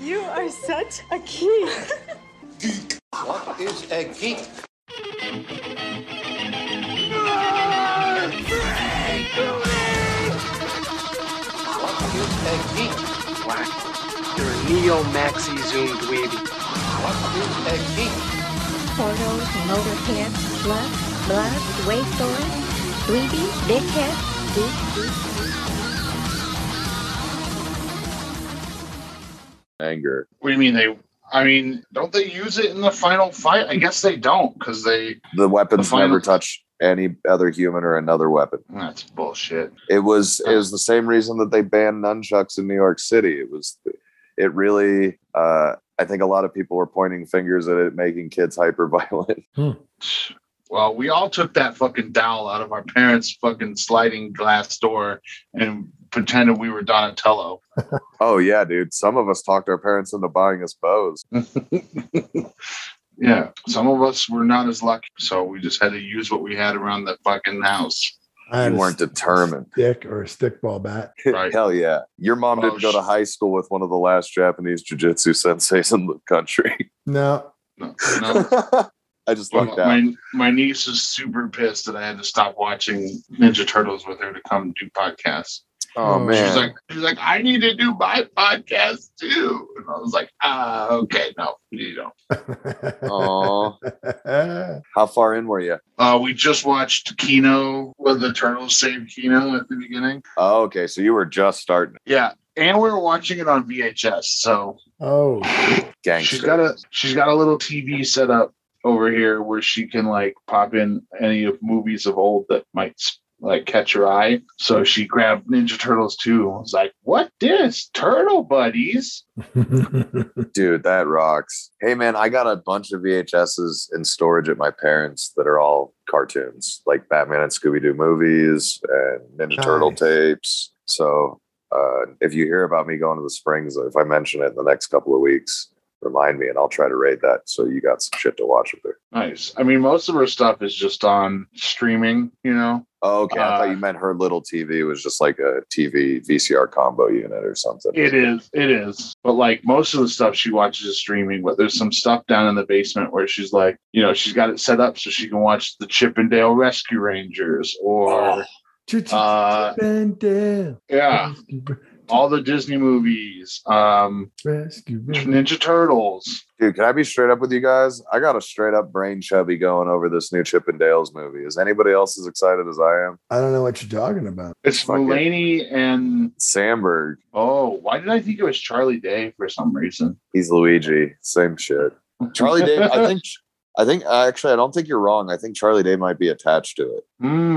You are such a geek. What is a geek? What is a geek? Black. You're a neo maxi zoom dweeby. What is a geek? Portals, motorhead, slut, blood, wasteland, 3D, dickhead, geek, geek. anger. What do you mean they? I mean, don't they use it in the final fight? I guess they don't because they. The weapons The final- never touch any other human or another weapon. That's bullshit. It was it was the same reason that they banned nunchucks in New York City. It was it really uh I think a lot of people were pointing fingers at it making kids hyper violent. Well, we all took that fucking dowel out of our parents' fucking sliding glass door and pretended we were Donatello. Oh yeah, dude. Some of us talked our parents into buying us bows. Yeah, some of us were not as lucky, so we just had to use what we had around the fucking house. I You had a weren't st- determined. Stick or a stickball bat. Right. Hell yeah. Your mom Oh, didn't go to sh- high school with one of the last Japanese jujitsu senseis in the country. No, No, no. I just lucked out. my my niece is super pissed that I had to stop watching Ninja Turtles with her to come do podcasts. Oh She's man. She's like, she's like, I need to do my podcast too. And I was like, ah, okay, no, you don't. Aw. How far in were you? Uh, we just watched Kino with the turtles save Kino at the beginning. Oh, okay. So you were just starting Yeah, and we were watching it on VHS. So oh, gangster. she's got a she's got a little TV set up over here where she can like pop in any of movies of old that might like catch her eye. So she grabbed Ninja Turtles too. I was like, what this Turtle Buddies? Dude, that rocks. Hey, man, I got a bunch of VHSs in storage at my parents that are all cartoons, like Batman and Scooby Doo movies and Ninja Nice. Turtle tapes. So uh, if you hear about me going to the Springs, if I mention it in the next couple of weeks, remind me and I'll try to raid that. So you got some shit to watch up there. Nice. I mean, most of her stuff is just on streaming, you know. Oh, okay. I thought Uh, you meant her little TV was just like a TV VCR combo unit or something. It is, it is. But like most of the stuff she watches is streaming, but there's some stuff down in the basement where she's like, you know, she's got it set up so she can watch the Chippendale Rescue Rangers or Uh, and down. yeah, ah. all the Disney movies, um Rescue. Rangers. Ninja Turtles. Dude, can I be straight up with you guys? I got a straight up brain chubby going over this new Chip and Dale's movie. Is anybody else as excited as I am? I don't know what you're talking about. It's Fuck it. Mulaney and Sandberg, oh, why did I think it was Charlie Day for some reason? he's Luigi. Same shit. Charlie Day, I think, I think actually, I don't think you're wrong. I think Charlie Day might be attached to it.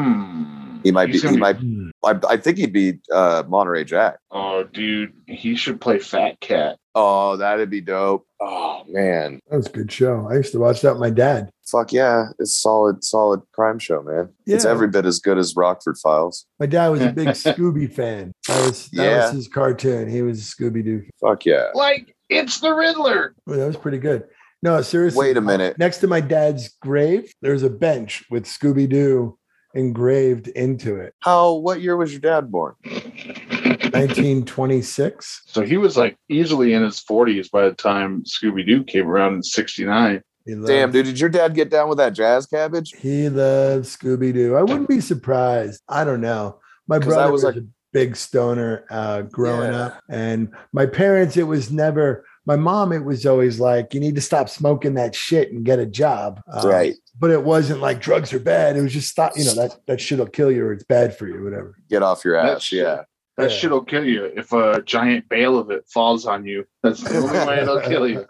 Hmm. He might He's be, gonna he might, Hmm. I, I think he'd be uh, Monterey Jack. Oh dude, he should play Fat Cat. Oh, that'd be dope. Oh, man. That was a good show. I used to watch that with my dad. Fuck yeah. It's solid, solid crime show, man. It's Yeah. every bit as good as Rockford Files. My dad was a big Scooby fan. That was that Yeah. was his cartoon. He was a Scooby Doo. Fuck yeah. Like it's the Riddler. Well, that was pretty good. No, seriously. Wait a minute. Next to my dad's grave, there's a bench with Scooby Doo engraved into it. How, what year was your dad born? 1926. So he was like easily in his 40s by the time Scooby Doo came around in 69. He loved, Damn, dude, did your dad get down with that jazz cabbage? He loved Scooby Doo. I wouldn't be surprised. I don't know. My 'Cause I brother was was, like- a big stoner uh, growing Yeah. up, and my parents. It was never. My mom. It was always like you need to stop smoking that shit and get a job. Uh, But it wasn't like drugs are bad. It was just stop. You know that that shit'll kill you or it's bad for you. Whatever. Get off your That ass. shit- Yeah. That Yeah. shit will kill you if a giant bale of it falls on you. That's the only way it'll kill you.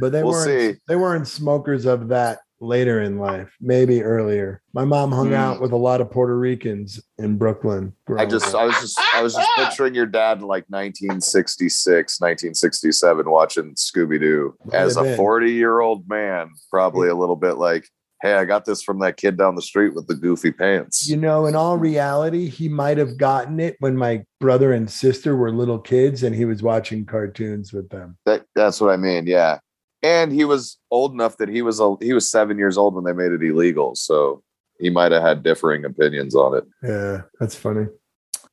But they We'll weren't see. they weren't smokers of that later in life, maybe earlier. My mom hung Hmm. out with a lot of Puerto Ricans in Brooklyn. I growing just, up. I was just, I was just picturing your dad in like 1966, 1967, watching Scooby Doo as a Amen. 40 year old man, probably a little bit like, hey, I got this from that kid down the street with the goofy pants. you know, in all reality, he might have gotten it when my brother and sister were little kids and he was watching cartoons with them. That, that's what I mean. Yeah. And he was old enough that he was a, he was seven years old when they made it illegal, so he might have had differing opinions on it. Yeah, that's funny.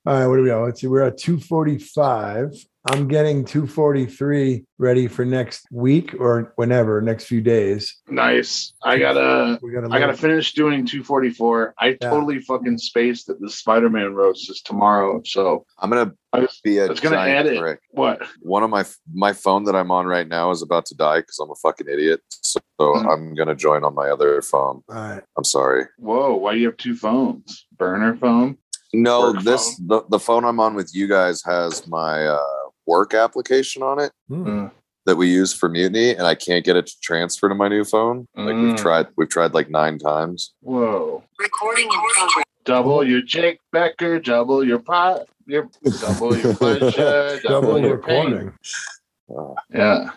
All right, what do we at? Let's see. We're at 245. I'm getting 243 ready for next week or whenever, next few days. Nice. I gotta. We're gonna I gotta look- finish doing 244. I totally fucking spaced that the Spider-Man roast is tomorrow. So I'm gonna I was be a I was gonna giant add it. prick. what? One of my my phone that I'm on right now is about to die because I'm a fucking idiot. So, so Mhm. I'm gonna join on my other phone. All right. I'm sorry. Whoa! Why do you have two phones? Burner phone. No, Work this the, the phone I'm on with you guys has my uh, work application on it Hmm. Mm. that we use for mutiny, and I can't get it to transfer to my new phone. Like Mm. we've tried, we've tried like nine times. Whoa. Double your Jake Becker. Double your pot. Your double your pleasure. double, Double your pain. recording. Yeah.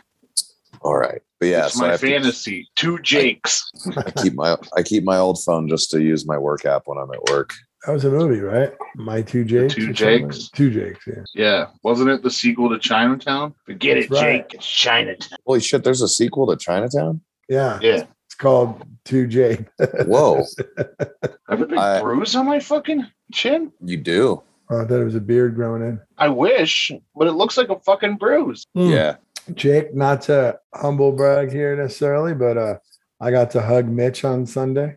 All right, but yeah, it's so I my have to- fantasy. Two Jakes. I keep my I keep my old phone just to use my work app when I'm at work. That was a movie, right? My two Jakes. Two or something. Jakes. Two Jakes. Yeah. Yeah. Wasn't it the sequel to Chinatown? Forget it, That's right. Jake. It's Chinatown. Holy shit! There's a sequel to Chinatown. Yeah. Yeah. It's called Two Jake. Whoa, I have a big I- bruise on my fucking chin. you do? Oh, I thought it was a beard growing in. I wish, but it looks like a fucking bruise. Hmm. Yeah. Jake, not to humble brag here necessarily, but uh, I got to hug Mitch on Sunday.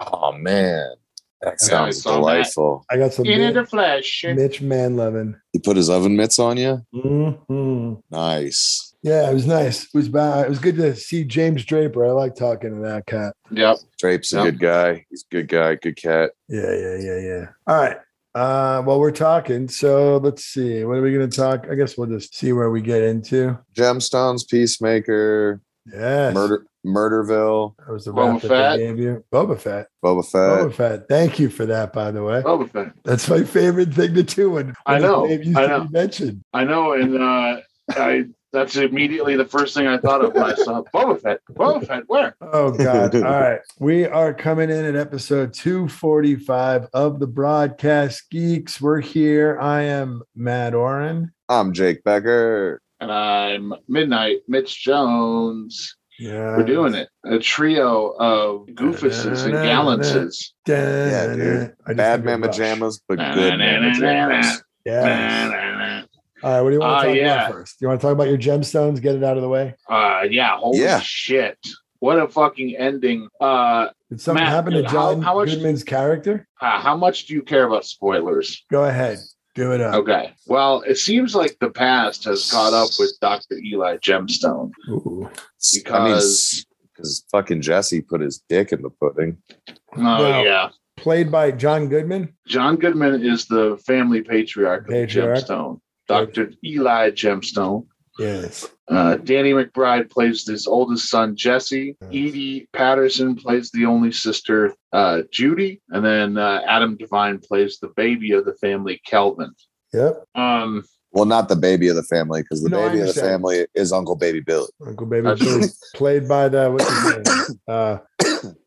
Oh man, that Yeah, I sounds saw that. delightful. I got some In the Mitch, flesh. Mitch Manlevin. He put his oven mitts on you. Mm-hmm. Nice. Yeah, it was nice. It was bad. It was good to see James Draper. I like talking to that cat. Yep. Drape's Yeah. a good guy. He's a good guy. Good cat. Yeah, yeah, yeah, yeah. All right. Uh, well, we're talking. So let's see. What are we going to talk? I guess we'll just see where we get into. Gemstones, Peacemaker, Yes. Murder, Murderville, That was the Boba rap that Fett. they gave you. Boba Fett. Boba Fett. Boba Fett. Thank you for that, by the way. Boba Fett. That's my favorite thing to do. When, when Oh. I know, his name used I to know. be mentioned. I know, and uh, I that's immediately the first thing I thought of when I saw Boba Fett. Boba Fett, where? Oh God! All right, we are coming in at episode two forty-five of the broadcast geeks. We're here. I am Matt Oren. I'm Jake Becker. And I'm Midnight Mitch Jones. Yeah, We're doing it. A trio of goofuses and gallances. Yeah, dude. Bad man pajamas, but good man pajamas. Yeah. All right. What do you want Ah, to talk yeah. about first? You want to talk about your gemstones? Get it out of the way. Uh, yeah, holy Yeah. shit. What a fucking ending. Uh, Did something Matt, happen to how- John how much- Goodman's character? uh, how much do you care about spoilers? Go ahead. Do it up. Okay. Well, it seems like the past has caught up with Dr. Eli Gemstone. Ooh. Because- Because because fucking Jesse put his dick in the pudding. Oh, No. yeah. Played by John Goodman. John Goodman is the family patriarch of Patriarch. Gemstone. Dr. Eli Gemstone. Yes. Uh, Danny McBride plays his oldest son, Jesse. Edie Patterson plays the only sister, uh, Judy. And then uh, Adam Devine plays the baby of the family, Kelvin. Yep. Um, Well, not the baby of the family, because the No, I baby of the understand. family is Uncle Baby Billy. Uncle Baby That's Billy, played by the what's his name? Uh,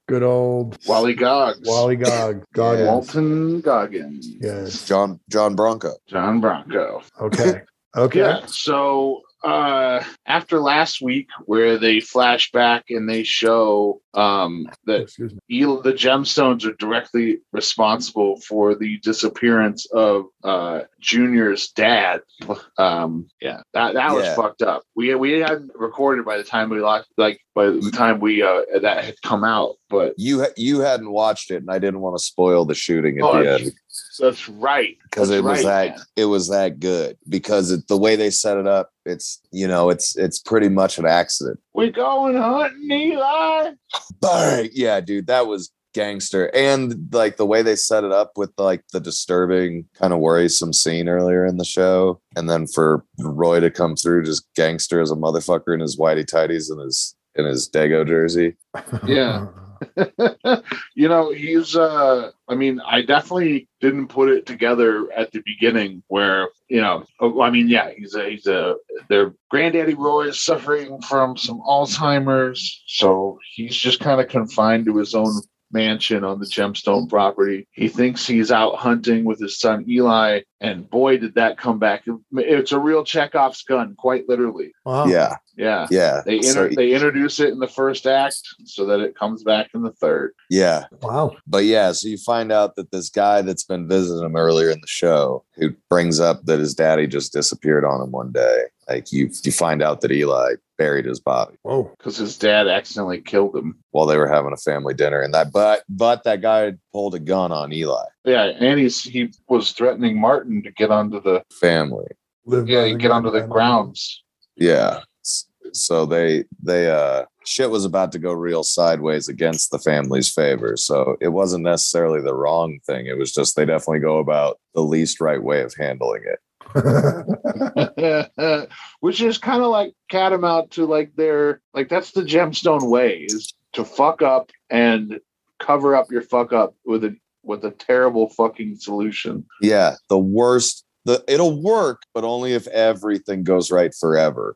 good old Wally Goggs. Wally Gog. Gog. Yeah. Walton Goggins. Yes. John John Bronco. John Bronco. Okay. Okay. Yeah. So uh, after last week, where they flash back and they show um, that Excuse me. El- the gemstones are directly responsible for the disappearance of uh, Junior's dad. Um, yeah, that, that was Yeah. fucked up. We we hadn't recorded by the time we locked, like by the time we uh, that had come out, but. You ha- you hadn't watched it, and I didn't want to spoil the shooting at Oh, the end That's right. because That's it was right, that man. it was that good. Because it, the way they set it up, it's you know it's it's pretty much an accident. We're going hunting, Eli. Bang! Yeah, dude, that was gangster, and like the way they set it up with like the disturbing, kind of worrisome scene earlier in the show, and then for Roy to come through just gangster as a motherfucker in his whitey tighties and his in his Dago jersey. Yeah. you know he's uh i mean i definitely didn't put it together at the beginning where you know oh, i mean yeah he's a he's a their granddaddy roy is suffering from some alzheimer's so he's just kind of confined to his own mansion on the gemstone property. He thinks he's out hunting with his son Eli, and boy, did that come back! It's a real Chekhov's gun, quite literally. Wow. Yeah, Yeah. yeah. Oh. They, So- inter- they introduce it in the first act so that it comes back in the third. yeah. Wow. But yeah, so you find out that this guy that's been visiting him earlier in the show, who brings up that his daddy just disappeared on him one day, like you, you find out that Eli buried his body Whoa. because his dad accidentally killed him. while they were having a family dinner, and that but but that guy had pulled a gun on Eli Yeah, and he's he was threatening Martin to get onto the family. Live yeah by get onto the grounds. Yeah, S- so they they uh shit was about to go real sideways against the family's favor. So it wasn't necessarily the wrong thing. It was just they definitely go about the least right way of handling it. Which is kind of like catamount to like their like that's the gemstone way is to fuck up and cover up your fuck up with a with a terrible fucking solution. Yeah, the worst. The it'll work, but only if everything goes right forever.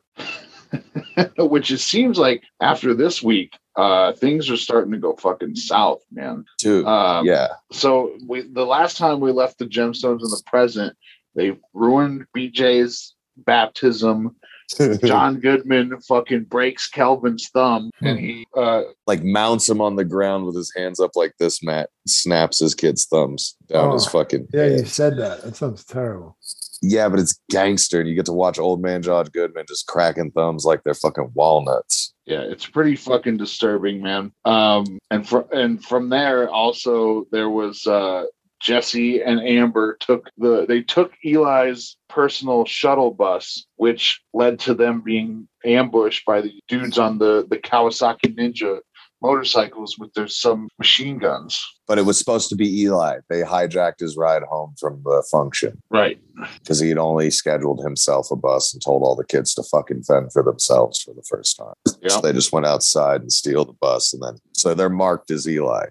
Which it seems like after this week, uh things are starting to go fucking south, man. Too. Um yeah, so we the last time we left the gemstones in the present, they ruined BJ's baptism. Hmm. John Goodman fucking breaks Kelvin's thumb and he uh like mounts him on the ground with his hands up like this. Matt snaps his kid's thumbs down his Oh, fucking. Yeah, you head. said that. That sounds terrible. yeah, but it's gangster, and you get to watch old man John Goodman just cracking thumbs like they're fucking walnuts. yeah, it's pretty fucking disturbing, man. Um and from and from there also there was uh Jesse and Amber took the they took Eli's personal shuttle bus, which led to them being ambushed by the dudes on the the Kawasaki Ninja motorcycles with their some machine guns. But it was supposed to be Eli. They hijacked his ride home from the function Right. because he'd only scheduled himself a bus and told all the kids to fucking fend for themselves for the first time. So Yeah. they just went outside and steal the bus, and then so they're marked as Eli.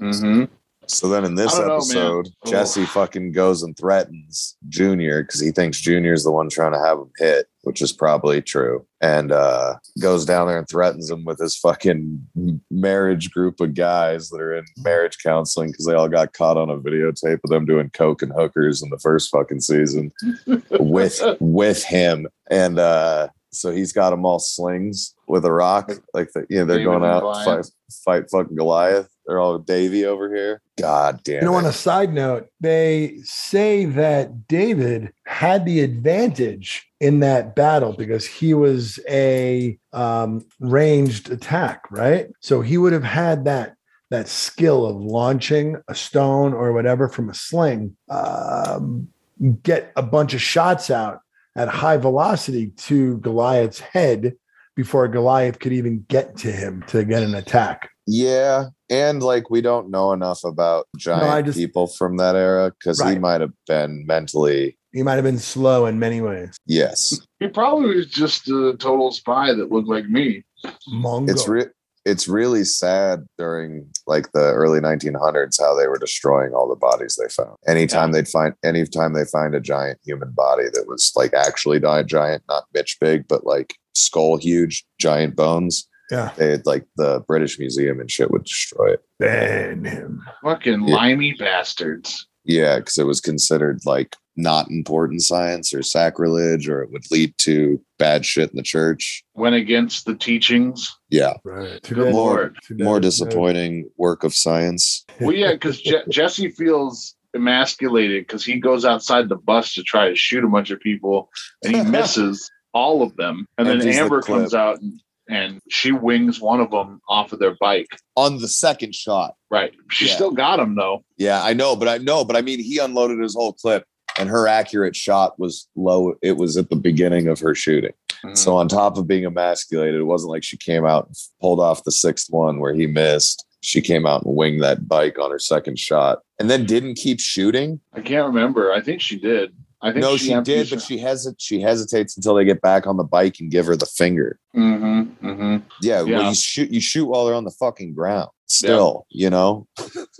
Mm-hmm. So then in this I don't know, man. episode, Oh. Jesse fucking goes and threatens Junior because he thinks Junior's the one trying to have him hit, which is probably true. And uh, goes down there and threatens him with his fucking m- marriage group of guys that are in marriage counseling because they all got caught on a videotape of them doing coke and hookers in the first fucking season with with him. And uh, so he's got them all slings with a rock, like the, yeah, they're David going and out Goliath. fight fight fucking Goliath. They're all Davy over here. God damn. You know, it. on a side note, they say that David had the advantage in that battle because he was a um, ranged attack, right? So he would have had that that skill of launching a stone or whatever from a sling, um, get a bunch of shots out at high velocity to Goliath's head before Goliath could even get to him to get an attack. Yeah, and like we don't know enough about giant I just- people from that era because he Right. might have been mentally He might have been slow in many ways. yes. He probably was just a total spy that looked like me. Mongo. It's re- it's really sad during like the early 1900s how they were destroying all the bodies they found. Anytime they'd find anytime they find a giant human body that was like actually not giant, not bitch big, but like skull huge, giant bones. Yeah. They had like the British Museum and shit would destroy it. ban him. Fucking Yeah. limey bastards. Yeah, because it was considered like not important science or sacrilege, or it would lead to bad shit in the church. Went against the teachings. Yeah, Right. Good bad. lord. more disappointing work of science. Well, yeah, because Je- Jesse feels emasculated because he goes outside the bus to try to shoot a bunch of people and he misses all of them. And then Empties the Amber clip. comes out and, and she wings one of them off of their bike. On the second shot, Right. She Yeah. still got him though. yeah, I know, but I know, but I mean, he unloaded his whole clip, and her accurate shot was low. It was at the beginning of her shooting. So on top of being emasculated, it wasn't like she came out and pulled off the sixth one where he missed. She came out and winged that bike on her second shot, and then didn't keep shooting. I can't remember. I think she did. I think No, she, did, empties but she hesit she hesitates until they get back on the bike and give her the finger. Mhm, mhm. Yeah, Well, Yeah. you shoot you shoot while they're on the fucking ground. Still, you know.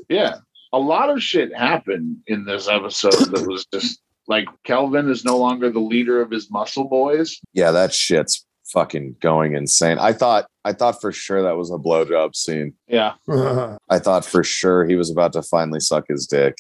Yeah. A lot of shit happened in this episode that was just like Kelvin is no longer the leader of his muscle boys. Yeah, that shit's fucking going insane. I thought I thought for sure that was a blowjob scene. Yeah. I thought for sure he was about to finally suck his dick.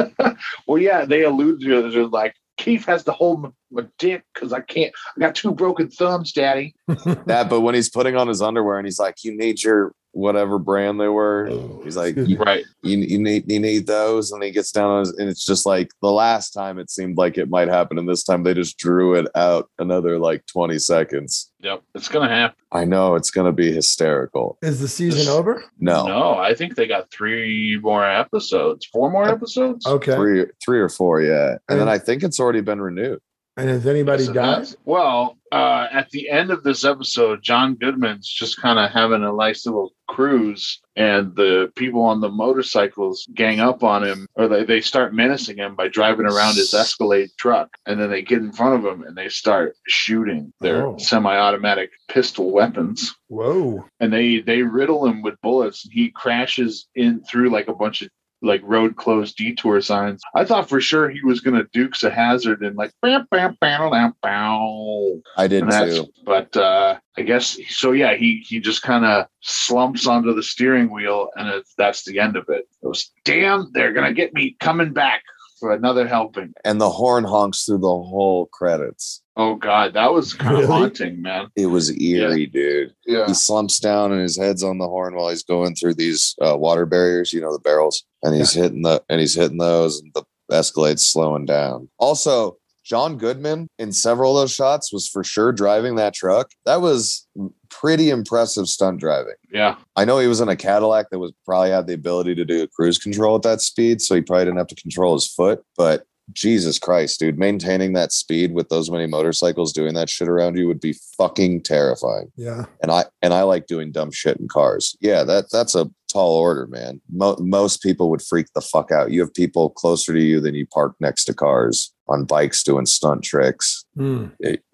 well, yeah, they allude to it. They're like, Keith has to hold my, my dick because I can't. I got two broken thumbs, Daddy. That, but when he's putting on his underwear and he's like, "You need your whatever brand they were," he's like, Excuse "You, me. Right. you need you need those," and he gets down on his, and it's just like the last time it seemed like it might happen, and this time they just drew it out another like twenty seconds. Yep. It's gonna happen. I know it's gonna be hysterical. Is the season over? No, No, I think they got three more episodes. Four more episodes. Okay. three three or four, yeah, and then And- I think it's already been renewed. And has anybody Yes, it died? has. Well, uh, at the end of this episode, John Goodman's just kind of having a nice little cruise, and the people on the motorcycles gang up on him, or they, they start menacing him by driving around his Escalade truck, and then they get in front of him and they start shooting their Oh. semi-automatic pistol weapons. Whoa. And they they riddle him with bullets, and he crashes in through like a bunch of like road closed detour signs. I thought for sure he was gonna Dukes a hazard and like bam bam bam bam bam. I did And that's- too. But uh, I guess so. Yeah, he he just kind of slumps onto the steering wheel, and it, that's the end of it. It was damn. They're gonna get me coming back for another helping. And the horn honks through the whole credits. Oh God, that was kind of Really? haunting, man. It was eerie, dude. Yeah, he slumps down and his head's on the horn while he's going through these uh, water barriers, you know, the barrels, and he's hitting the and he's hitting those, and the Escalade's slowing down. Also, John Goodman in several of those shots was for sure driving that truck. That was pretty impressive stunt driving. yeah. I know he was in a Cadillac that was probably had the ability to do cruise control at that speed, so he probably didn't have to control his foot, but. Jesus Christ, dude, maintaining that speed with those many motorcycles doing that shit around you would be fucking terrifying Yeah. and I and I like doing dumb shit in cars. Yeah, that that's a tall order, man. Mo- most people would freak the fuck out. You have people closer to you than you park next to cars on bikes doing stunt tricks. Hmm. It-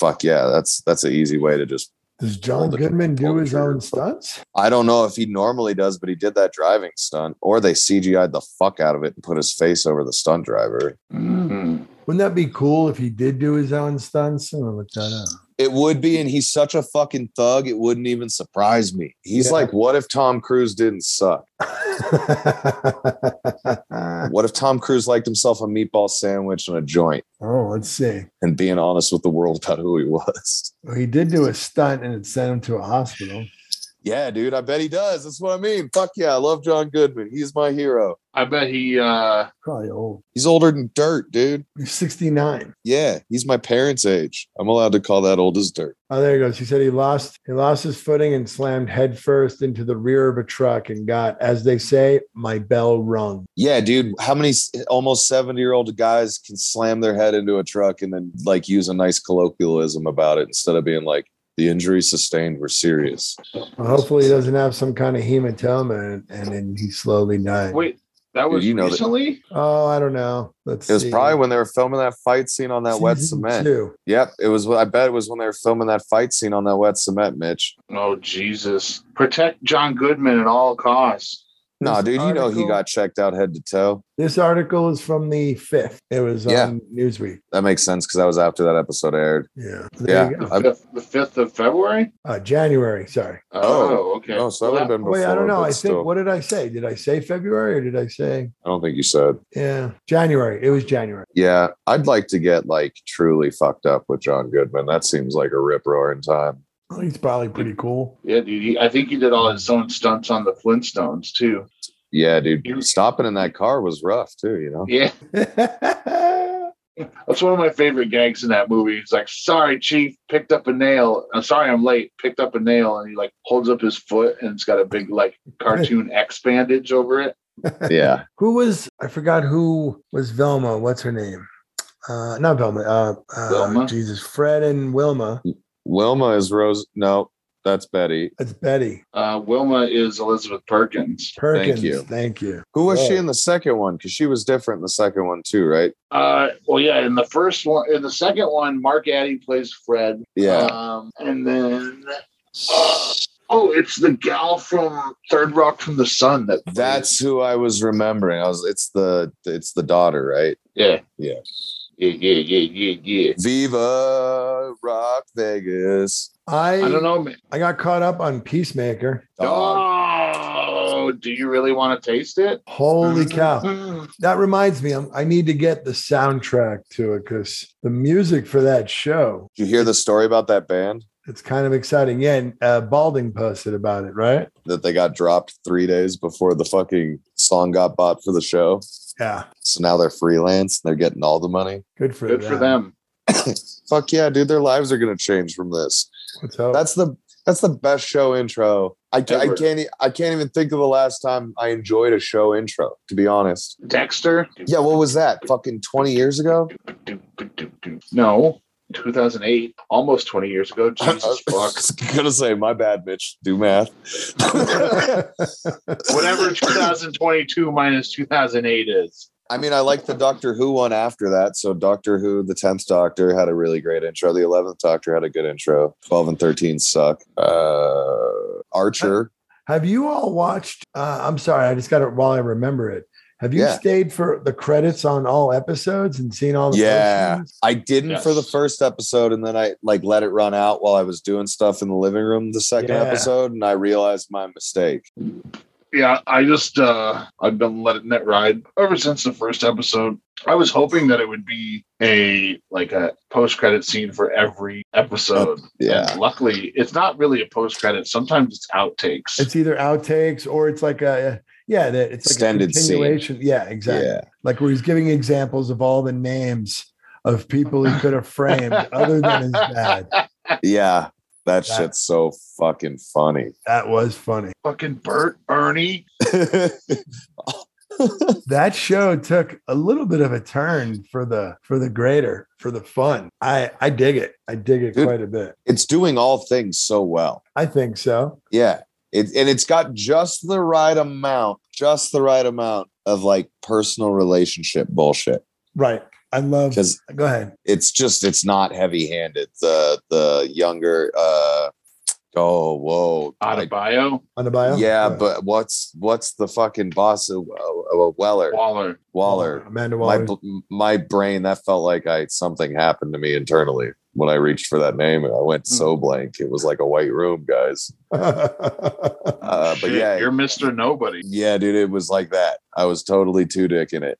fuck yeah, that's that's an easy way to just. Does John Hold it- Goodman do hold it his trigger. own stunts? I don't know if he normally does, but he did that driving stunt, or they CGI'd the fuck out of it and put his face over the stunt driver. Mm-hmm. Mm. Wouldn't that be cool if he did do his own stunts? I'm gonna look that up. It would be, and he's such a fucking thug. It wouldn't even surprise me. He's Yeah. like, what if Tom Cruise didn't suck? What if Tom Cruise liked himself a meatball sandwich and a joint? oh, let's see. and being honest with the world about who he was. Well, he did do a stunt and it sent him to a hospital. Yeah, dude, I bet he does. That's what I mean. Fuck yeah, I love John Goodman. He's my hero. I bet he. uh Probably old. He's older than dirt, dude. He's 69. Yeah, he's my parents' age. I'm allowed to call that old as dirt. Oh, there he goes. He said he lost he lost his footing and slammed headfirst into the rear of a truck and got, as they say, my bell rung. Yeah, dude, how many s- almost 70 year old guys can slam their head into a truck and then like use a nice colloquialism about it instead of being like, the injuries sustained were serious? Well, hopefully he doesn't have some kind of hematoma and, and then he slowly died. Wait, that Dude, was you know that- recently. Oh, I don't know. Let's It was see. probably when they were filming that fight scene on that wet Season cement. two. Yep, it was. I bet it was when they were filming that fight scene on that wet cement, Mitch. Oh Jesus! Protect John Goodman at all costs. No, This dude, you know he article- got checked out head to toe. This article is from the fifth. It was Yeah. on Newsweek. That makes sense because that was after that episode aired. Yeah. There you go. The I- fifth, the fifth of February. Uh, January. Sorry. Oh, okay. No, so that would Well, have been before. Wait, I don't know. but I think still. what did I say? Did I say February or did I say I don't think you said. yeah January? It was January. Yeah, I'd like to get like truly fucked up with John Goodman. That seems like a rip roaring time. Well, he's probably pretty cool. yeah, dude. He, I think he did all his own stunts on the Flintstones too. Yeah, dude, You- stopping in that car was rough too. You know, Yeah, yeah, that's one of my favorite gags in that movie. He's like, "Sorry, Chief, picked up a nail. I'm sorry, I'm late. Picked up a nail," and he like holds up his foot, and it's got a big like cartoon X bandage over it. yeah, Who was I forgot who was Velma? What's her name? Uh, not Velma. Uh, uh, Wilma? Mm. Jesus, Fred and Wilma. Wilma is Rose. No, that's Betty. That's Betty Uh, Wilma is Elizabeth Perkins. Perkins. Thank you. you. Who was she in the second one? Because she was different in the second one too, right? Uh, well, yeah. In the first one, in the second one, Mark Addy plays Fred. Yeah, Um, and then, uh, oh, it's the gal from Third Rock from the Sun that. plays- that's who I was remembering. I was. It's the. It's the daughter, right? yeah, Yeah. yeah, yeah, yeah, yeah, yeah. Viva Ra Talk Vegas. I I don't know. man. I got caught up on Peacemaker. Dog. Oh, do you really want to taste it? Holy Mm-hmm. cow! That reminds me, I'm, I need to get the soundtrack to it because the music for that show Did you hear the story about that band it's kind of exciting. Yeah, and uh, Balding posted about it, right? that they got dropped three days before the fucking song got bought for the show? Yeah, So now they're freelance and they're getting all the money. good for Good that. for them. Fuck yeah, dude! Their lives are gonna change from this. Let's hope. That's the that's the best show intro. I, ca- I Ever. can't e- I can't even think of the last time I enjoyed a show intro. To be honest, Dexter? yeah. What was that? Fucking twenty years ago. No, 2008, almost 20 years ago. Jesus I fuck. was gonna say my bad, Mitch. Do math. Whatever 2022 minus 2008 is. I mean, I like the Doctor Who one after that. So Doctor Who, the tenth Doctor had a really great intro. The eleventh Doctor had a good intro. Twelve and thirteen suck. Uh, Archer. Have you all watched? Uh, I'm sorry, I just got it while I remember it. Have you Yeah. stayed for the credits on all episodes and seen all the Yeah. postings? I didn't Yes. for the first episode, and then I like let it run out while I was doing stuff in the living room. The second Yeah. episode, and I realized my mistake. Yeah, I just, uh, I've been letting it ride ever since the first episode. I was hoping that it would be a, like a post-credit scene for every episode. Yeah, And luckily, it's not really a post-credit. Sometimes it's outtakes. It's either outtakes or it's like a yeah, that it's like Extended a scene. continuation. Yeah, exactly. yeah. Like where he's giving examples of all the names of people he could have framed other than his dad. yeah. That That- shit's so fucking funny. That was funny. Fucking Bert, Ernie. that show took a little bit of a turn for the for the greater for the fun i i dig it i dig it Dude. quite a bit it's doing all things so well. i think so Yeah. It, and it's got just the right amount, just the right amount of like personal relationship bullshit right i love because go ahead it's just it's not heavy handed. The the younger uh oh whoa Out of bio, on the bio yeah, but what's what's the fucking boss of uh, uh, Weller Waller. Waller? amanda My waller bl- my brain that felt like I something happened to me internally when I reached for that name and I went Hmm. so blank. It was like a white room, guys. Uh, but Shit, yeah, you're Mr. Nobody. Yeah, dude, it was like that. I was totally two dicking it.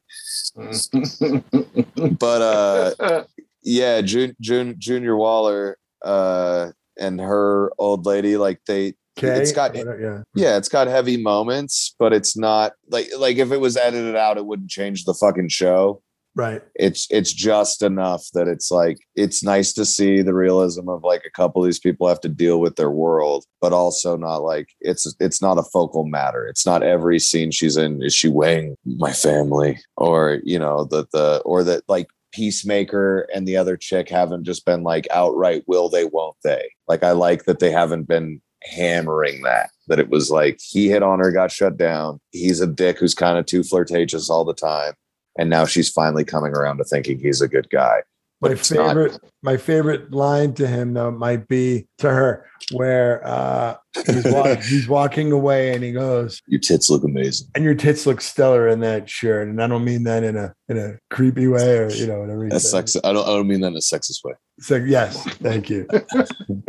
Mm-hmm. But uh yeah, June June Junior Waller uh and her old lady, like they okay it's got- yeah yeah, it's got heavy moments, but it's not like like if it was edited out, it wouldn't change the fucking show. right It's it's just enough that it's like it's nice to see the realism of like a couple of these people have to deal with their world, but also not like it's it's not a focal matter. It's not every scene she's in is she weighing my family or you know that the or that like Peacemaker and the other chick haven't just been like outright will they, won't they? Like, I like that they haven't been hammering that, that it was like he hit on her, got shut down. He's a dick who's kind of too flirtatious all the time. And now she's finally coming around to thinking he's a good guy. my it's not. favorite my favorite line to him though might be to her where uh he's, walk, he's walking away and he goes Your tits look amazing. and your tits look stellar in that shirt. And I don't mean that in a in a creepy way or you know whatever. he That's said. sex. I don't, I don't mean that in a sexist way. It's like yes, thank you.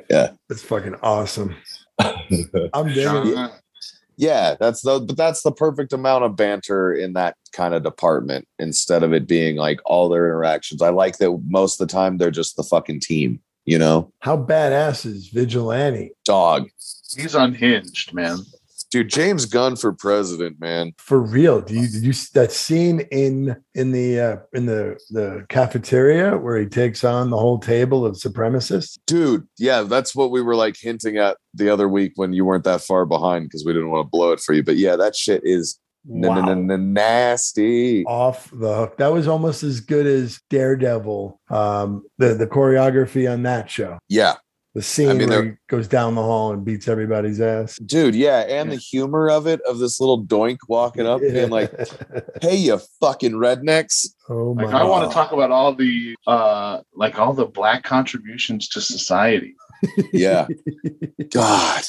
Yeah. that's fucking awesome. I'm digging. it. Yeah, that's the but that's the perfect amount of banter in that kind of department instead of it being like all their interactions. I like that most of the time they're just the fucking team, you know? How badass is Vigilante Dog. He's unhinged, man. Dude, James Gunn for president, man. for real? Do you did you that scene in in the uh, in the the cafeteria where he takes on the whole table of supremacists? Dude, yeah, that's what we were like hinting at the other week when you weren't that far behind because we didn't want to blow it for you. But yeah, that shit is n- n- n- n- nasty. off the hook. That was almost as good as Daredevil. Um, the the choreography on that show. Yeah, the scene I mean, where they're- he goes down the hall and beats everybody's ass. dude, yeah. And the humor of it, of this little doink walking up being like, hey, you fucking rednecks. oh my Like I want God. to talk about all the uh like all the black contributions to society. Yeah. God,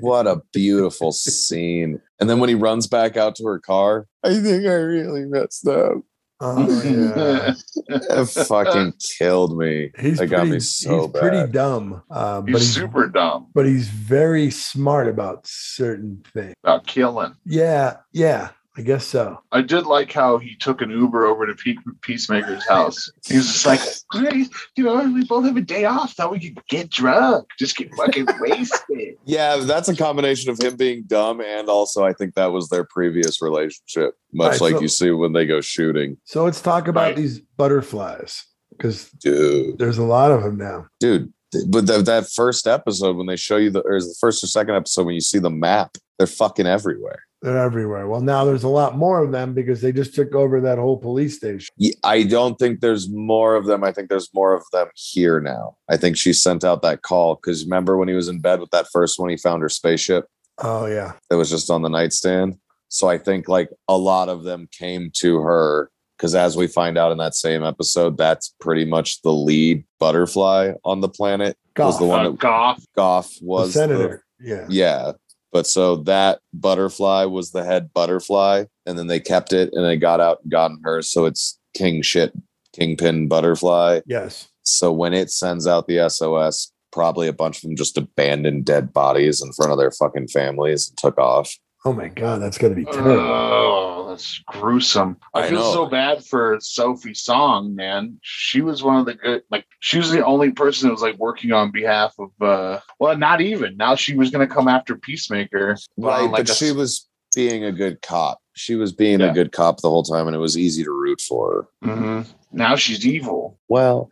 what a beautiful scene. And then when he runs back out to her car, I think I really messed up. Oh, yeah. It fucking killed me. He's it pretty, got me so he's bad. pretty dumb, uh, but he's he's super dumb but he's very smart about certain things. about killing. Yeah, yeah, I guess so. I did like how he took an Uber over to Pe- Peacemaker's house. He was just like, "Great, you know, we both have a day off. Thought we could get drunk, just get fucking wasted." Yeah, that's a combination of him being dumb and also I think that was their previous relationship, much Right, like so- you see when they go shooting. So let's talk about Right. these butterflies because Dude, there's a lot of them now. dude, th- but that that first episode when they show you the or is the first or second episode when you see the map, they're fucking everywhere. They're everywhere. Well, now there's a lot more of them because they just took over that whole police station. Ye- I don't think there's more of them. I think there's more of them here now. I think she sent out that call cuz remember when he was in bed with that first one he found her spaceship Oh yeah, that was just on the nightstand. So I think like a lot of them came to her because as we find out in that same episode, that's pretty much the lead butterfly on the planet. Was Goff, the the, one Uh, that Goff. Goff was the- senator. yeah, yeah. But so that butterfly was the head butterfly, and then they kept it and they got out and gotten her. So it's king shit, kingpin butterfly. yes. So when it sends out the SOS, probably a bunch of them just abandoned dead bodies in front of their fucking families and took off. Oh my god, that's gonna Uh, be terrible. Oh, that's gruesome. I, I feel know. so bad for Sophie Song, man. She was one of the good, like, she was the only person that was like working on behalf of, uh, well, not even. Now she was going to come after Peacemaker. Right, on, like, but a- she was being a good cop. She was being Yeah. a good cop the whole time, and it was easy to root for her. Mhm. Now she's evil. Well,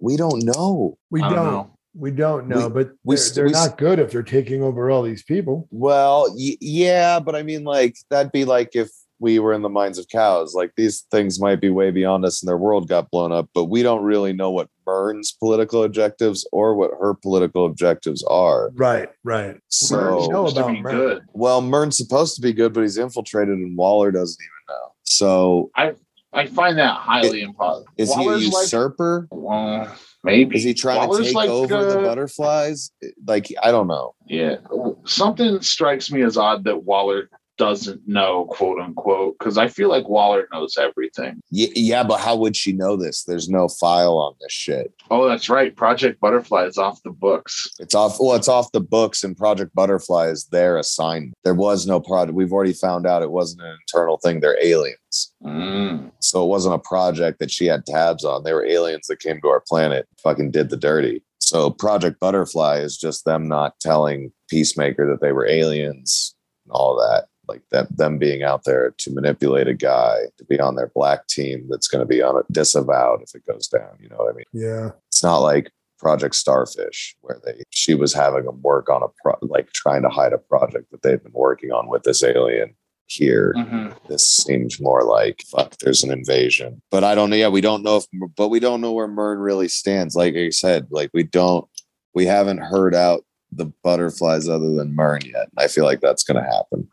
we don't know. we I don't, don't know. we don't know, but we they're, s- they're we s- not good if they're taking over all these people. Well, y- yeah, but I mean, like that'd be like if we were in the minds of cows. Like these things might be way beyond us, and their world got blown up. But we don't really know what Burns' political objectives or what her political objectives are. Right, right. So, know supposed to about be Merlin. good. well, Mern's supposed to be good, but he's infiltrated, and Waller doesn't even know. So, I find that highly impossible. is Waller's he a like- usurper? Well, maybe. Is he trying to Waller's take like, over the uh, butterflies? Like I don't know. Yeah. Something strikes me as odd that Waller doesn't know, quote unquote, because I feel like Waller knows everything. Y- yeah, but how would she know this? There's no file on this shit. Oh, that's right. Project Butterfly is off the books. It's off. Well, it's off the books, and Project Butterfly is their assignment. There was no project. We've already found out it wasn't an internal thing. They're aliens, Mm. so it wasn't a project that she had tabs on. They were aliens that came to our planet, fucking did the dirty. So Project Butterfly is just them not telling Peacemaker that they were aliens and all that. Like that, them being out there to manipulate a guy to be on their black team that's going to be on it disavowed if it goes down. You know what I mean? Yeah, It's not like Project Starfish where they she was having them work on a pro, like trying to hide a project that they've been working on with this alien. Here, Mhm. this seems more like fuck. There's an invasion, but I don't know. Yeah, we don't know if, but we don't know where Mern really stands. Like I said, like we don't, we haven't heard out the butterflies other than Mern yet. I feel like that's going to happen.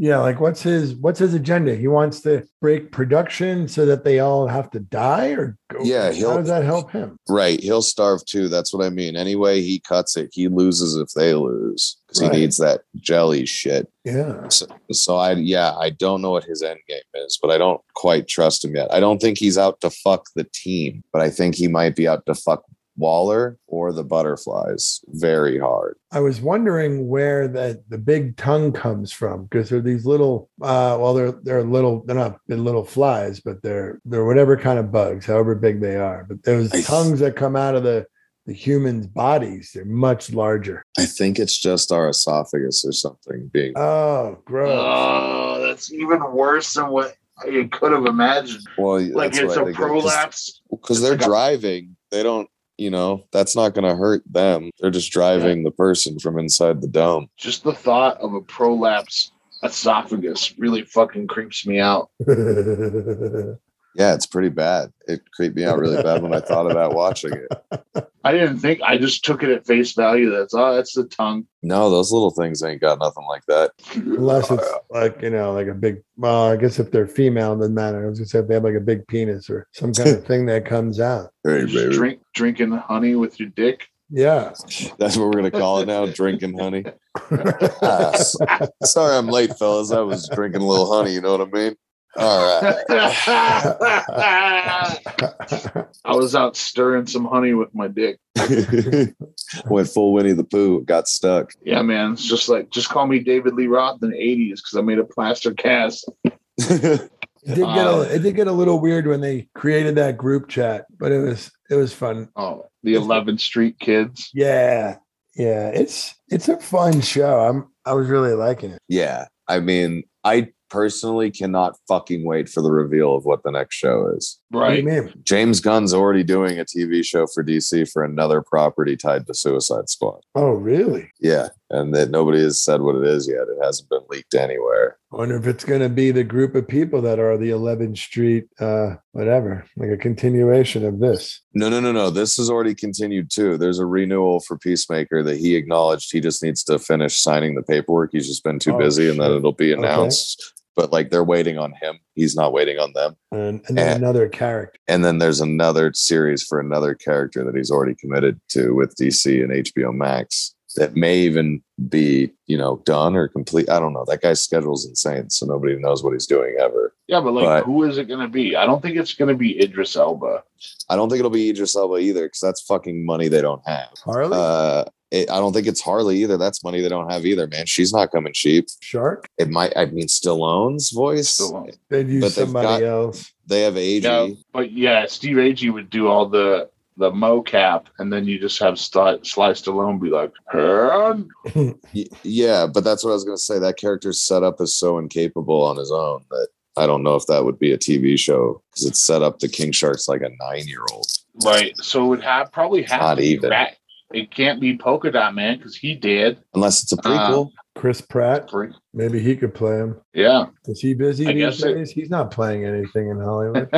yeah. Like, what's his what's his agenda? He wants to break production so that they all have to die, or go, Yeah, how he'll- does that help him? Right, he'll starve too. That's what I mean. Anyway, he cuts it. He loses if they lose because Right. he needs that jelly shit. Yeah, So, so I yeah, I don't know what his end game is, but I don't quite trust him yet. I don't think he's out to fuck the team, but I think he might be out to fuck Waller or the butterflies very hard. I was wondering where that the big tongue comes from because they're these little. uh Well, they're they're little. They're not they're little flies, but they're they're whatever kind of bugs, however big they are. But those I- tongues that come out of the the humans' bodies, they're much larger. I think it's just our esophagus or something being Oh, gross. Oh, that's even worse than what I could have imagined. well. Like that's it's what I a think prolapse. because they're It's like a- driving. They don't, you know, that's not going to hurt them. They're just driving the person from inside the dome. Just the thought of a prolapse esophagus really fucking creeps me out. Ah. Yeah, it's pretty bad. It creeped me out really bad when I thought about watching it. I didn't think. I just took it at face value. That's oh, that's the tongue. No, those little things ain't got nothing like that. Unless it's Uh, like you know, like a big. Well, I guess if they're female, it doesn't matter. I was gonna say if they have like a big penis or some kind of thing that comes out. Hey, Just drink drinking honey with your dick. Yeah. That's what we're gonna call it now. Drinking honey. Ah, s- sorry, I'm late, fellas. I was drinking a little honey. You know what I mean? All right. I was out stirring some honey with my dick. Went full Winnie the Pooh, got stuck. Yeah, man. It's just like, just call me David Lee Roth in the 80s because I made a plaster cast. It did get a, it did get a little weird when they created that group chat, but it was it was fun. Oh, the 11th Street Kids. Yeah, yeah. It's it's a fun show. I'm I was really liking it. yeah. I mean, I personally cannot fucking wait for the reveal of what the next show is. What do you Right. mean? James Gunn's already doing a TV show for DC for another property tied to Suicide Squad. Oh, really? Yeah. And that nobody has said what it is yet. It hasn't been leaked anywhere. I wonder if it's going to be the group of people that are the 11th Street, uh, whatever, like a continuation of this. No, no, no, no. This is already continued too. There's a renewal for Peacemaker that he acknowledged he just needs to finish signing the paperwork. He's just been too Oh, busy and then shit. it'll be Okay. announced. But like they're waiting on him. He's not waiting on them. And, and then Yeah. another character. And then there's another series for another character that he's already committed to with DC and HBO Max that may even be, you know, done or complete. I don't know. That guy's schedule's insane. So nobody knows what he's doing ever. Yeah, but like, But- who is it going to be? I don't think it's going to be Idris Elba. I don't think it'll be Idris Elba either because that's fucking money they don't have. Harley? Uh, it, I don't think it's Harley either. That's money they don't have either, man. She's not coming cheap. Shark? It might, I mean, Stallone's voice. Stallone. They'd use but they've got- somebody else. They have AG. Yeah, but yeah, Steve Agee would do all the the mocap, and then you just have Sly, Sly Stallone be like, "Herb?" Y- Yeah, but that's what I was going to say. That character's set up is so incapable on his own that I don't know if that would be a TV show because it's set up the King Shark's like a nine year old. right? So it would have probably have Not to be even. Rat- It can't be Polka Dot Man because he did. Unless it's a prequel. Chris Pratt? Freak. Maybe he could play him. Yeah, Is he busy I these guess it- days? He's not playing anything in Hollywood.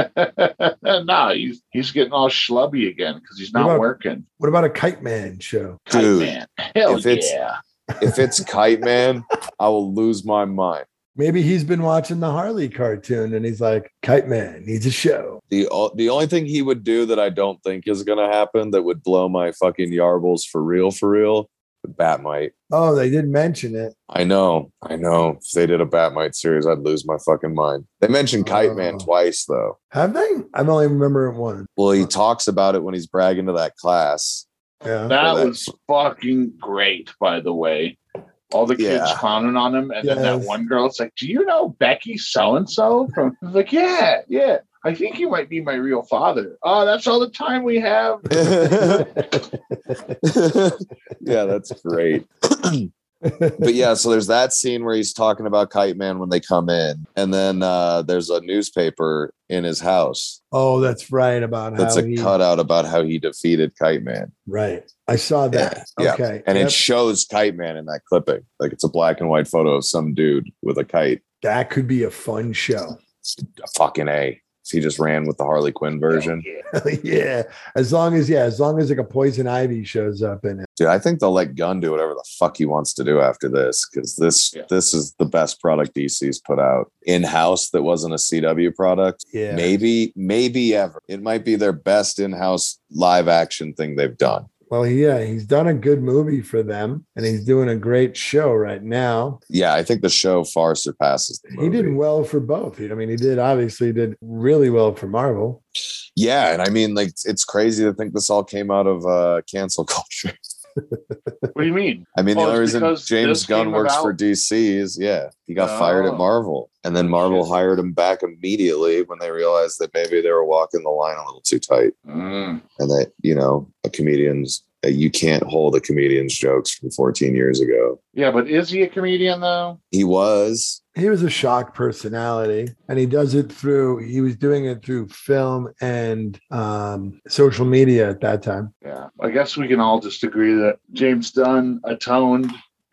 no, he's he's getting all schlubby again because he's What not about- working. what about a Kite Man show? Kite Dude, man. hell if it's- yeah! if it's Kite Man, I will lose my mind. Maybe he's been watching the Harley cartoon and he's like, Kite Man needs a show. The, o- the only thing he would do that I don't think is going to happen that would blow my fucking yarbles for real, for real, the Batmite. Oh, they did mention it. I know, I know. If they did a Batmite series, I'd lose my fucking mind. They mentioned Kite Man Oh. twice, though. Have they? I'm only remembering one. Well, he talks about it when he's bragging to that class. Yeah. that. That was fucking great, by the way. All the kids Yeah. clowning on him, and then that Yes. one girl's like, "Do you know Becky so and so?" From I was like, "Yeah, yeah, I think you might be my real father." Oh, that's all the time we have. yeah, that's great. but yeah, so there's that scene where he's talking about Kite Man when they come in, and then uh, there's a newspaper in his house oh, that's right. About that's how a he, cutout about how he defeated Kite Man, Right. I saw that. Yeah, yeah. Okay. and Yep. it shows Kite Man in that clipping, like it's a black and white photo of some dude with a kite. that could be a fun show. Fucking a, if he just ran with the Harley Quinn version, yeah. As long as, yeah, as long as like a poison ivy shows up in it. dude. I think they'll let Gunn do whatever the fuck he wants to do after this because this Yeah. this is the best product DC's put out in house that wasn't a CW product. Yeah. Maybe, maybe ever. It might be their best in-house live action thing they've done. Well, yeah, he's done a good movie for them and he's doing a great show right now. Yeah, I think the show far surpasses the movie. He did well for both. I mean, he did obviously did really well for Marvel. Yeah, and I mean, like, it's- it's crazy to think this all came out of uh, cancel culture. What do you mean? I mean, Oh, the only it's reason because James this Gunn came works for about- DC is, yeah, he got fired at Oh. Marvel, and then Marvel Shit. hired him back immediately when they realized that maybe they were walking the line a little too tight, Mm. and that you know, a comedian's uh, you can't hold a comedian's jokes from 14 years ago. Yeah, but is he a comedian though? He was, He was a shock personality and he does it through, he was doing it through film and um, social media at that time. Yeah, I guess we can all just agree that James Dunn atoned,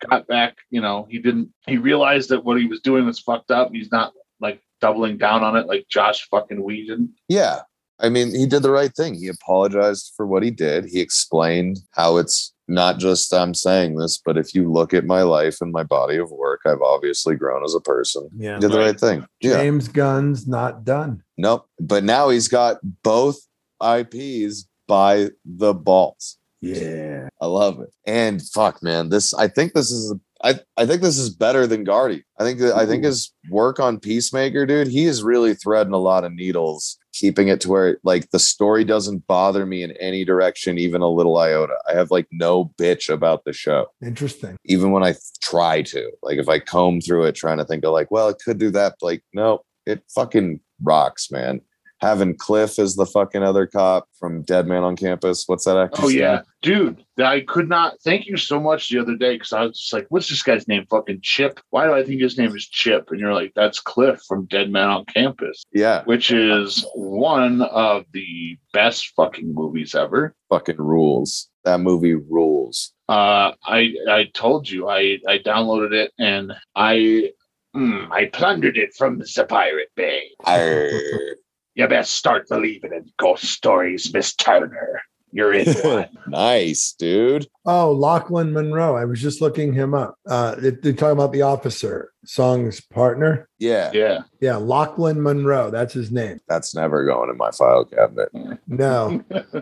got back. You know, he didn't. He realized that what he was doing was fucked up. He's not like doubling down on it like Josh fucking Whedon. Yeah. I mean, he did the right thing. He apologized for what he did. He explained how it's not just I'm saying this, but if you look at my life and my body of work, I've obviously grown as a person. Yeah. He did the Right. right thing. Yeah. James Gunn's not done. Nope. But now he's got both IPs by the balls. Yeah. I love it. And fuck, man, this I think this is I, I think this is better than Guardy. I think that, I think his work on Peacemaker, dude, he is really threading a lot of needles, keeping it to where like the story doesn't bother me in any direction, even a little iota. I have like no bitch about the show, Interesting. even when I try to. Like if I comb through it, trying to think of like, well, it could do that. Like no, it fucking rocks, man. Having Cliff as the fucking other cop from Dead Man on Campus. What's that actor? Oh yeah, dude. I could not thank you so much the other day because I was just like, "What's this guy's name? Fucking Chip? Why do I think his name is Chip?" And you're like, "That's Cliff from Dead Man on Campus," Yeah, which is one of the best fucking movies ever. fucking rules. That movie rules. Uh, I I told you I I downloaded it and I mm, I plundered it from the Pirate Bay. Arr. You best start believing in ghost stories, Miss Turner. You're in one. nice, dude. Oh, Lachlan Monroe. I was just looking him up. Uh, they- they're talking about the officer, Song's partner. Yeah, yeah. Yeah, Lachlan Monroe. That's his name. that's never going in my file cabinet. No. Uh,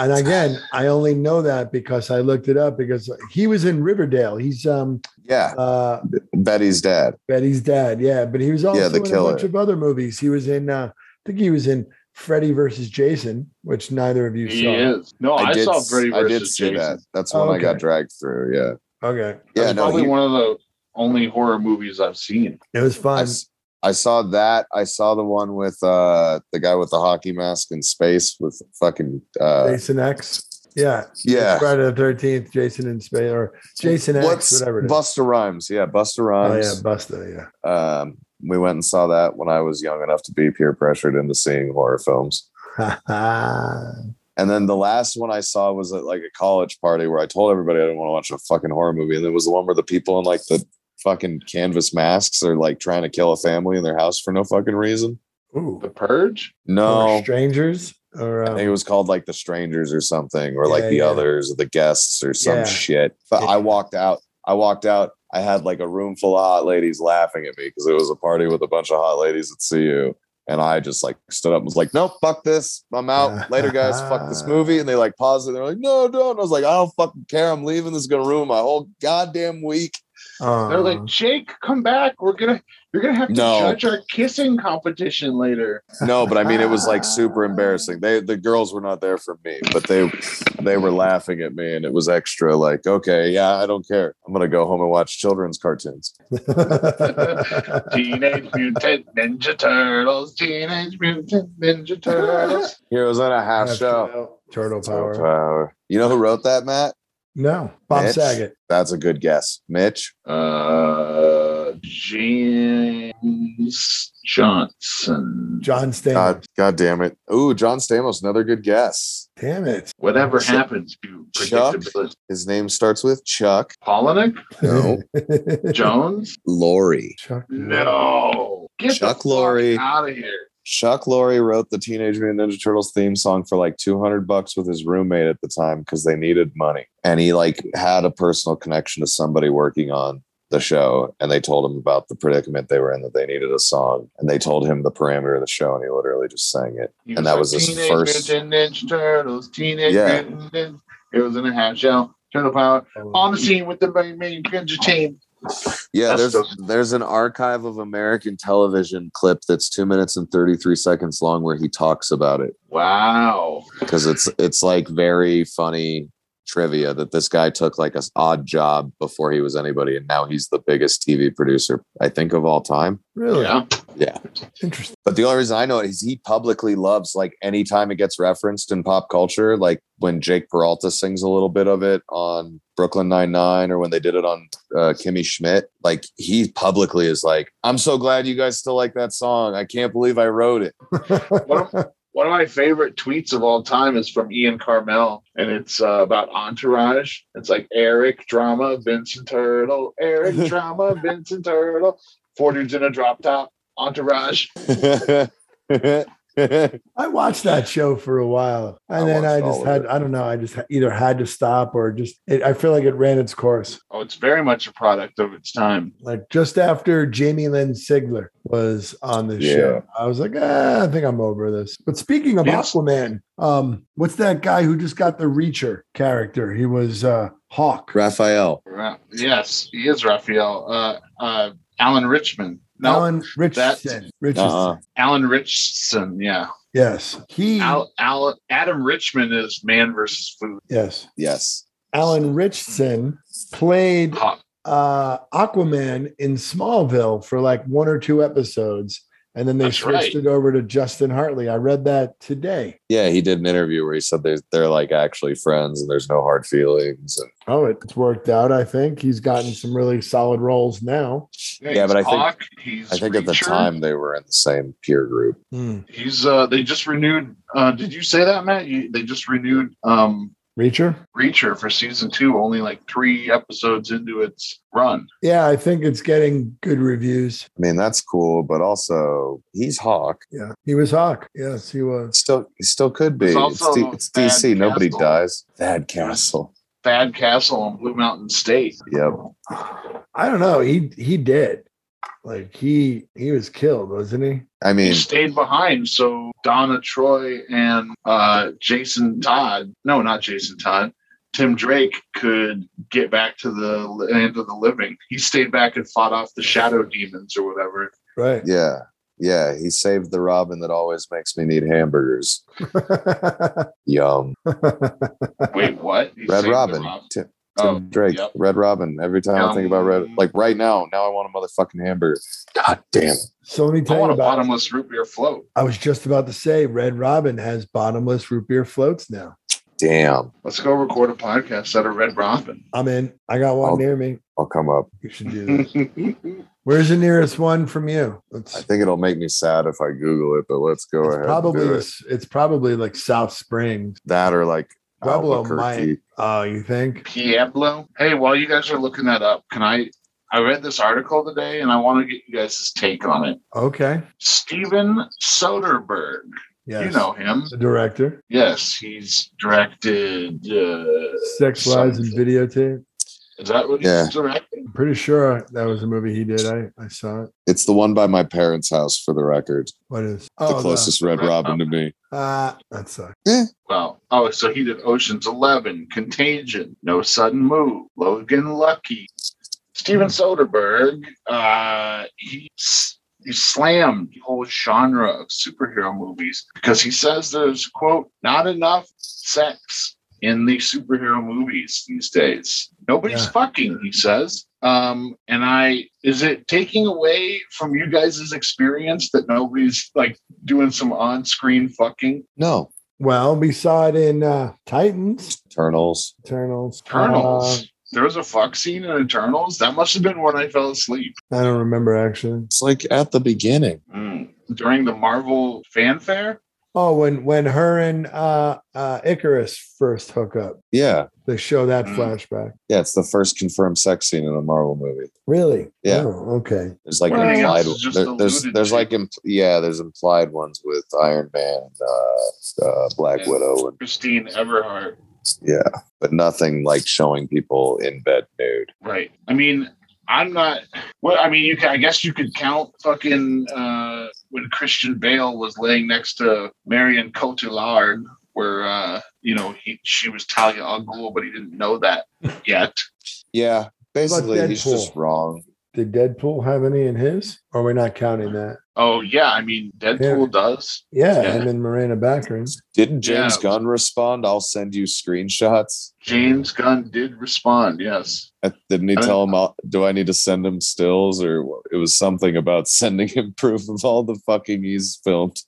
and again, I only know that because I looked it up because he was in Riverdale. He's um Yeah, uh Betty's dad. Betty's dad, yeah. But he was also The in a Killer. bunch of other movies. He was in uh I think he was in Freddy versus Jason, which neither of you He saw. is. No, Oh, I, saw Freddy I versus did see Jason. that. That's Oh, when I got okay. dragged through. Yeah, Okay. yeah. That's No, probably he- one of the only horror movies I've seen. It was I, fun. s- I saw that. I saw the one with uh the guy with the hockey mask in space with fucking uh Jason X. Yeah. yeah. Friday the thirteenth, Jason in Spain or Jason X, What's whatever it is. Buster Rhymes? Yeah, Buster oh Rhymes. yeah, Buster, yeah. um, we went and saw that when I was young enough to be peer pressured into seeing horror films. And then the last one I saw was at like a college party where I told everybody I didn't want to watch a fucking horror movie. And it was the one where the people in like the fucking canvas masks are like trying to kill a family in their house for no fucking reason. Ooh. The Purge? No. Or strangers or I um, think it was called like the strangers or something, or like Yeah, the yeah. others or the guests or some Yeah. shit. But I walked out. I walked out. I had like a room full of hot ladies laughing at me because it was a party with a bunch of hot ladies at CU. And I just like stood up and was like, nope, fuck this. I'm out. Later, guys, fuck this movie. And they like paused it. And they're like, no, don't. And I was like, I don't fucking care. I'm leaving. This is going to ruin my whole goddamn week. uh, They're like, Jake, come back. We're gonna you're gonna have to Uh-huh. No. judge our kissing competition later. No, but I mean, it was like super embarrassing. They the girls were not there for me, but they they were laughing at me, and it was extra like, okay, yeah, I don't care. I'm gonna go home and watch children's cartoons. Teenage Mutant Ninja Turtles, Teenage Mutant Ninja Turtles. Heroes on a half shell. Turtle Power. power. You know who wrote that, Matt? No, Bob Mitch? Saget. That's a good guess, Mitch. Uh James Johnson. John Stamos. God, God damn it! Ooh, John Stamos, another good guess. Damn it. Whatever Chuck- happens to Chuck? predictability. His name starts with Chuck. Polinick? No, Jones? Lori. Chuck. No. Get Chuck Lorre. out of here. Chuck Lorre wrote the Teenage Mutant Ninja Turtles theme song for like 200 bucks with his roommate at the time because they needed money. And he like had a personal connection to somebody working on the show and they told him about the predicament they were in that they needed a song and they told him the parameter of the show and he literally just sang it. He And that like, was his Teenage first- Mutant Ninja Turtles, Teenage Yeah. Mutant Ninja Heroes in a Half Shell, Turtle Power, on the scene with the main, main ninja team. Yeah, That's there's there's an archive of American television clip that's 2 minutes and 33 seconds long where he talks about it. Wow. because it's it's like very funny trivia that this guy took like a s- odd job before he was anybody and now he's the biggest TV producer I think of all time. Really Yeah. interesting. But the only reason I know it is he publicly loves like anytime it gets referenced in pop culture, like when Jake Peralta sings a little bit of it on Brooklyn Nine Nine or when they did it on uh, Kimmy Schmidt. Like he publicly is like, I'm so glad you guys still like that song. I can't believe I wrote it. What a- One of my favorite tweets of all time is from Ian Carmel, and it's uh, about Entourage. It's like Eric Drama, Vincent Turtle, Eric Drama, Vincent Turtle, four dudes in a drop top, Entourage. I watched that show for a while, I and then I watched just all of had it. I don't know I just either had to stop or just it, I feel like it ran its course. Oh, it's very much a product of its time. Like just after Jamie Lynn Sigler was on the Yeah. show, I was like, ah, I think I'm over this. But speaking of Yes. Aquaman, um, what's that guy who just got the Reacher character? He was uh, Hawk. Raphael. Ra- Yes, he is Raphael. Uh, uh, Alan Richmond. No, Alan, Alan Richardson. Richardson. Uh-uh. Richardson. Yeah. Yes, Hmm. he. Al, Al, Adam Richmond is Man versus Food. yes, Yes. Alan Richardson played Hawk. uh, Aquaman in Smallville for like one or two episodes, and then they That's right. switched it over to Justin Hartley. I read that today. Yeah, he did an interview where he said they're, they're like actually friends and there's no hard feelings. And Oh, it's worked out. I think he's gotten some really solid roles now. Yeah, but I think- think he's I think at the Reacher. time they were in the same peer group. he's uh they just renewed uh did you say that Matt? You, they just renewed um Reacher. Reacher for season 2 only like 3 episodes into its run. Yeah, I think it's getting good reviews. I mean, that's cool, but also he's Hawk. Yeah, he was Hawk. Yes, he was. Still, he still could be. There's It's, also D- it's DC. Thad Nobody Castle. dies. Thad Castle. Bad Castle on Blue Mountain State. Yep. I don't know. He he did. Like he he was killed, wasn't he? I He mean, stayed behind so Donna Troy and uh Jason Todd, no not Jason Todd, Tim Drake could get back to the land of the living. He stayed back and fought off the shadow demons or whatever. Right. yeah, yeah. He saved the Robin that always makes me need hamburgers. Yum. Wait, what? He Red saved the Robin. Rob- Tim, Tim Oh, Drake. yep. Red Robin. Every time I think about Red, Yum. like right now, now I want a motherfucking hamburger. God damn it. so let me I tell you want a about bottomless root beer float. I was just about to say Red Robin has bottomless root beer floats now. Damn. Let's go record a podcast out of Red Robin. I'm in. I got one I'll- near me. I'll come up. You should do that. Let's Where's the nearest one from you? I It's, think it'll make me sad if I Google it, but let's go it's ahead. probably and do it. this- it's probably like South Springs. that or like Pueblo Oh, Albuquerque. might. Oh, you think? Pueblo. Hey, while you guys are looking that up, can I? I read this article today, and I want to get you guys' take on it. Okay. Steven Soderbergh. Yes. You know him. the director. Yes, he's directed. Uh, Sex Lies and Something. Videotape. is that what Yeah. he's directing? I'm pretty sure that was a movie he did. I, I saw it. It's the one by my parents' house, for the record. What is the closest Red Red Robin to me. The, uh, that sucks. Well, oh, so he did Ocean's Eleven, Contagion, No Sudden Move, Logan Lucky. Steven Soderbergh, uh, he, s- he slammed the whole genre of superhero movies because he says there's, quote, not enough sex in the superhero movies these days. Nobody's Yeah. fucking, he says. Um, and I, is it taking away from you guys' experience that nobody's like doing some on screen fucking? No. Well, we saw it in uh, Titans, Eternals. Eternals. uh, Eternals. there was Uh, a fuck scene in Eternals. That must have been when I fell asleep Uh, I don't remember actually. It's like at the beginning. during the Marvel fanfare. Oh, when when her and uh, uh, Icarus first hook up, Yeah. they show that Mm. flashback. Yeah. It's the first confirmed sex scene in a Marvel movie. Really? Yeah. Oh, okay. There's like Well, implied. everything else is just there- there's alluded there's to. like imp- yeah. There's implied ones with Iron Man, uh, uh, Black Yeah. Widow, and Christine Everhart. yeah, but nothing like showing people in bed nude. Right. I mean, I'm not. Well, I mean, you can. I guess you could count fucking uh, when Christian Bale was laying next to Marion Cotillard, where uh, you know he, she was Talia al Ghul, but he didn't know that yet. Yeah. Basically, Like he's Deadpool. just wrong. Did Deadpool have any in his? Or we're not counting that. Oh yeah, I mean, Deadpool does. Yeah, Yeah. him and Marina Baccarin. Didn't James Yeah. Gunn respond? I'll send you screenshots. James Gunn did respond. Yes. Uh, Didn't he I tell him, I'll- do I need to send him stills or wha- it was something about sending him proof of all the fucking he's filmed,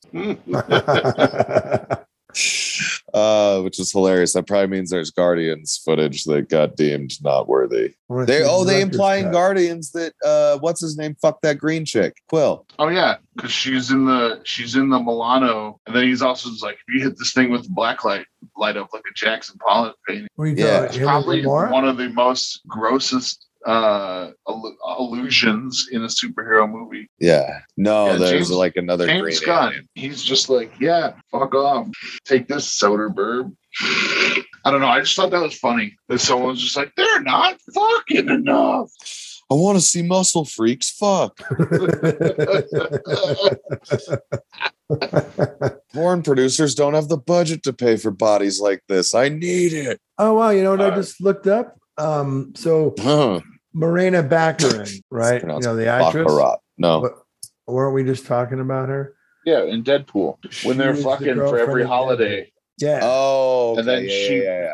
uh, which is hilarious. That probably means there's Guardians footage that got deemed not worthy. They oh they imply in Guardians that uh, what's his name? Fuck that green chick, Quill. Oh yeah, because she's in the she's in the Milano, and then he's also just like, if you hit this thing with black light, light up like a Jackson Pollock painting. What are you Yeah. talking about? It's Him and probably Gamora? one of the most grossest uh allu- allusions in a superhero movie. Yeah. No, Yeah, there's James- like another James green Gunn, alien. he's just like, yeah, fuck off, take this Soderbergh. I don't know. I just thought that was funny that someone was just like, they're not fucking enough. I want to see muscle freaks. Fuck. Porn producers don't have the budget to pay for bodies like this. I need it. oh wow, you know what I Uh, just looked up? Um, so Huh. Morena Baccarin, right? You pronounced know the actress. Baccarat. No. What- Weren't we just talking about her? Yeah, in Deadpool, when they're She is the fucking for girlfriend every of Uh, holiday, Yeah, Oh, And then okay, she-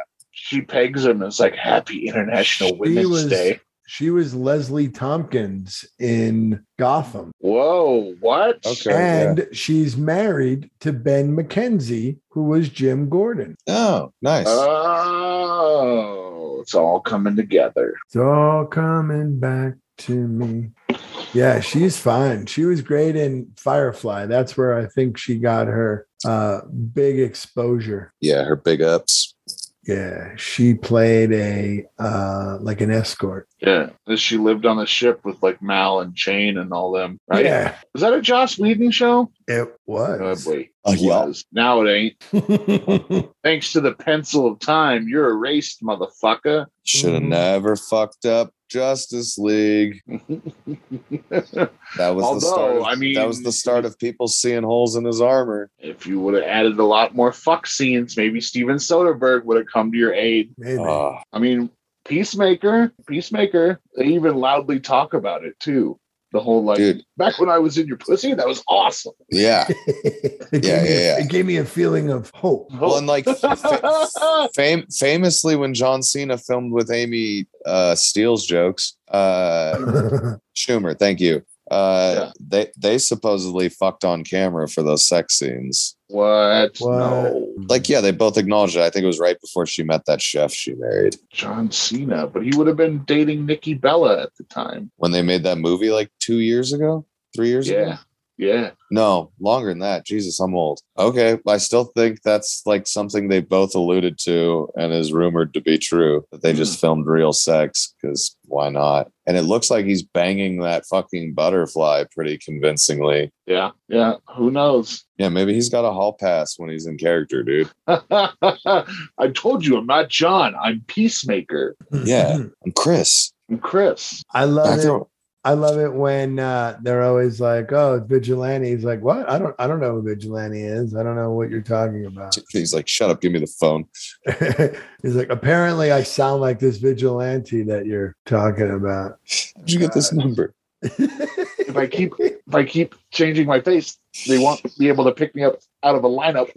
she pegs him as like Happy International Women's was- Day. she was Leslie Tompkins in Gotham, Whoa, what? Okay. yeah. and she's married to Ben McKenzie, who was Jim Gordon. Oh, nice. Oh, it's all coming together. It's all coming back to me. Yeah, she's fine. She was great in Firefly. That's where I think she got her uh, big exposure. yeah, her big ups. Yeah, she played a uh, like an escort. Yeah, that she lived on the ship with like Mal and Shane and all them, right? Yeah, Uh, Was that a Joss Whedon show? it Oh, was. boy. Oh, yeah. Was. Now it ain't. yeah, Thanks to the pencil of time, you're erased, motherfucker. Should have Mhm. never fucked up Justice League. That was the start. Although, Of, I mean- that was the start of people seeing holes in his armor. if you would have added a lot more fuck scenes, maybe Steven Soderbergh would have come to your aid. Ah, I mean, Peacemaker, Peacemaker, they even loudly talk about it too. The whole like, Dude. back when I was in your pussy, that was awesome. yeah. it, gave Yeah, me, yeah, yeah. it gave me a feeling of hope. Well, and like fa- fam- famously, when John Cena filmed with Amy uh, Steele's jokes, uh, Schumer, thank you. Uh, Yeah. They they supposedly fucked on camera for those sex scenes. what? What? No, Like, yeah, they both acknowledged it. I think it was right before she met that chef she married. John Cena, but he would have been dating Nikki Bella at the time. when they made that movie like two years ago, three years ago. Yeah, yeah. No, longer than that. Jesus, I'm old. Okay. I still think that's like something they both alluded to and is rumored to be true that they Mm. just filmed real sex because why not? And it looks like he's banging that fucking butterfly pretty convincingly. Yeah, yeah. Who knows? Yeah, maybe he's got a hall pass when he's in character, dude. I told you I'm not John. I'm Peacemaker. Yeah. I'm Chris. I'm Chris. I love Back it. to- I love it when uh, they're always like, "Oh, vigilante." He's like, "What? I don't. I don't know who vigilante is. I don't know what you're talking about." He's like, shut up, give me the phone. He's like, "Apparently, I sound like this vigilante that you're talking about." How'd you get this number? If I keep if I keep changing my face, they won't be able to pick me up out of a lineup.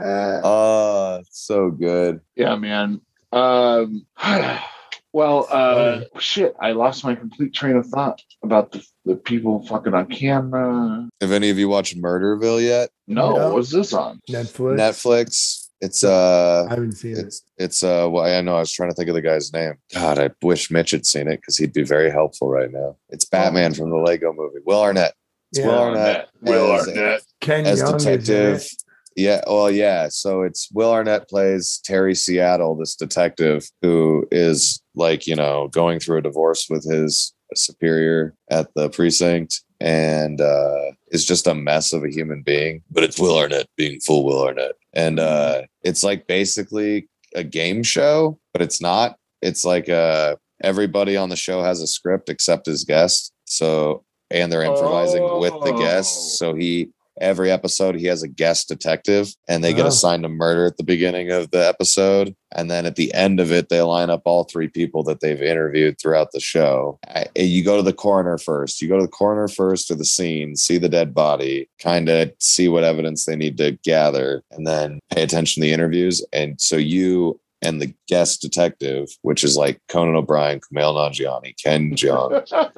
Ah, so good. Yeah, man. Um, well, uh, shit, I lost my complete train of thought about the, the people fucking on camera. Have any of you watched Murderville yet? No, No. what was this on? Netflix. Netflix. It's uh I haven't seen it. it's it's uh well, I know I was trying to think of the guy's name. God, I wish Mitch had seen it because he'd be very helpful right now. It's Batman from the Lego movie. Will Arnett. It's Yeah. Will Arnett. Will as- Arnett. Ken As Young is in detective. it. Yeah, well, yeah. So it's Will Arnett plays Terry Seattle, this detective who is like, you know, going through a divorce with his superior at the precinct and uh is just a mess of a human being. But it's Will Arnett being full Will Arnett. And uh it's like basically a game show, but it's not. It's like uh everybody on the show has a script except his guest. So and they're improvising with the guests. So he every episode he has a guest detective and they get Oh. assigned a murder at the beginning of the episode and then at the end of it they line up all three people that they've interviewed throughout the show I, you go to the coroner first you go to the coroner first to the scene see the dead body kind of see what evidence they need to gather and then pay attention to the interviews and so you and the guest detective, which is like Conan O'Brien, Kumail Nanjiani, Ken Jeong.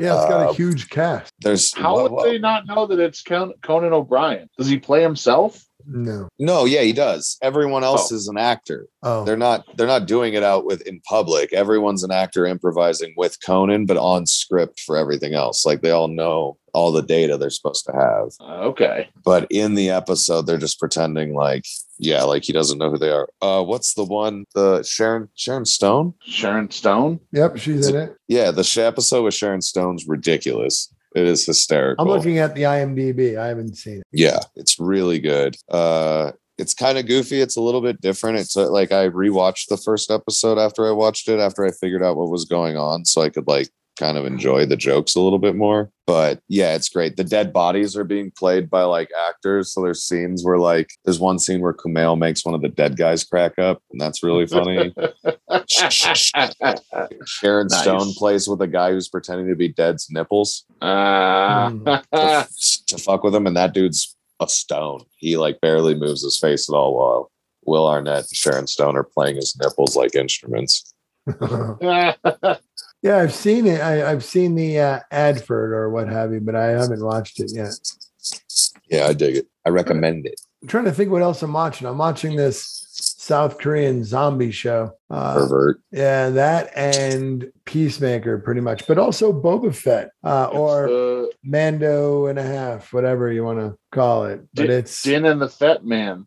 Yeah, it's got Uh, a huge cast. There's How wha- would wha- they not know that it's Con- Conan O'Brien? Does he play himself? No. No, yeah, he does. Everyone else Oh. is an actor. Oh. they're not they're not doing it out with in public everyone's an actor improvising with conan but on script for everything else like they all know all the data they're supposed to have. Uh, Okay. But in the episode, they're just pretending like, yeah, like he doesn't know who they are. Uh, what's the one? The Sharon Sharon Stone? Sharon Stone. Yep, she's in it. Yeah, the sh- episode with Sharon Stone's ridiculous. It is hysterical. I'm looking at the IMDb. I haven't seen it. yeah, it's really good. Uh, it's kind of goofy. It's a little bit different. It's uh, like I rewatched the first episode after I watched it after I figured out what was going on, so I could like kind of enjoy the jokes a little bit more. But yeah, it's great. The dead bodies are being played by like actors, so there's scenes where like there's one scene where Kumail makes one of the dead guys crack up, and that's really funny. Sharon Nice. Stone plays with a guy who's pretending to be dead's nipples to, uh, to fuck with him, and that dude's a stone. He like barely moves his face at all. While Will Arnett and Sharon Stone are playing his nipples like instruments. Uh, yeah, I've seen it. I, I've seen the uh, ad for it or what have you, but I haven't watched it yet. Yeah, I dig it. I recommend it. I'm trying to think what else I'm watching. I'm watching this South Korean zombie show. Uh, Pervert. yeah, that and Peacemaker, pretty much, but also Boba Fett uh, or or Mando and a half, whatever you want to call it. But Di- it's Din and the Fat Man.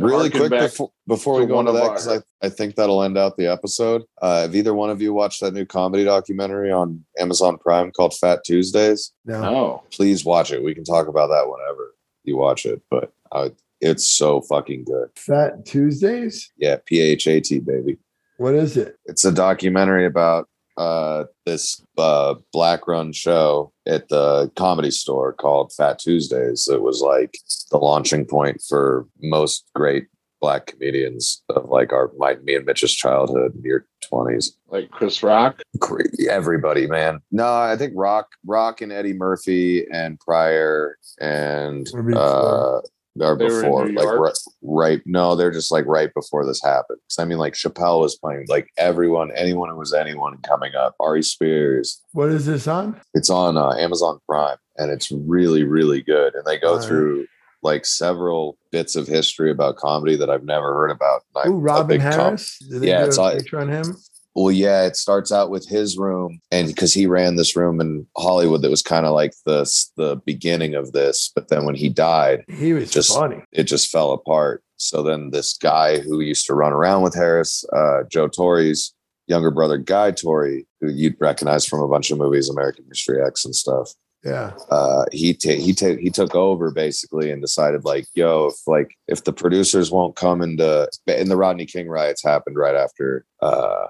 Really harken quick back before, before to we go one into of that, our- because I, I think that'll end out the episode. Uh, have either one of you watched that new comedy documentary on Amazon Prime called Fat Tuesdays? no. No. Please watch it. We can talk about that whenever you watch it, but uh, it's so fucking good. Fat Tuesdays. Yeah, P H A T, baby. What is it? it's a documentary about uh this uh black run show at the comedy store called fat tuesdays that was like the launching point for most great black comedians of like our my me and mitch's childhood your 20s Like Chris Rock. Cra- everybody man no i think rock rock and eddie murphy and pryor and Or before. uh or They were in before New like York? right, right no they're just like right before this happened 'Cause, i mean like chappelle was playing like everyone anyone who was anyone coming up ari spears What is this on? it's on uh, amazon prime and it's really really good and they go Alright. through like several bits of history about comedy that i've never heard about And I'm Ooh, a Robin big com- Harris. Did they Yeah, do it's a like- feature on him. well, yeah, it starts out with his room, and because he ran this room in Hollywood, that was kind of like the the beginning of this. But then when he died, He was Just- funny. it just fell apart. So then this guy who used to run around with Harris, uh, Joe Torre's younger brother Guy Torre, who you'd recognize from a bunch of movies, American History X and stuff, Yeah. uh, he ta- he ta- he took over basically and decided like, yo, if like if the producers won't come into and the Rodney King riots happened right after uh,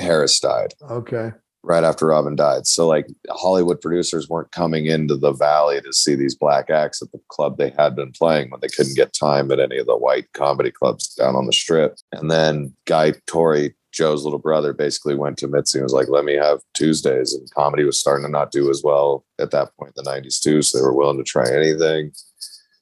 Harris died Okay. right after Robin died. So like Hollywood producers weren't coming into the valley to see these black acts at the club they had been playing when they couldn't get time at any of the white comedy clubs down on the strip. And then Guy Tori, Joe's little brother, basically went to Mitzi and was like, let me have Tuesdays. And comedy was starting to not do as well at that point in the 90s too. So they were willing to try anything.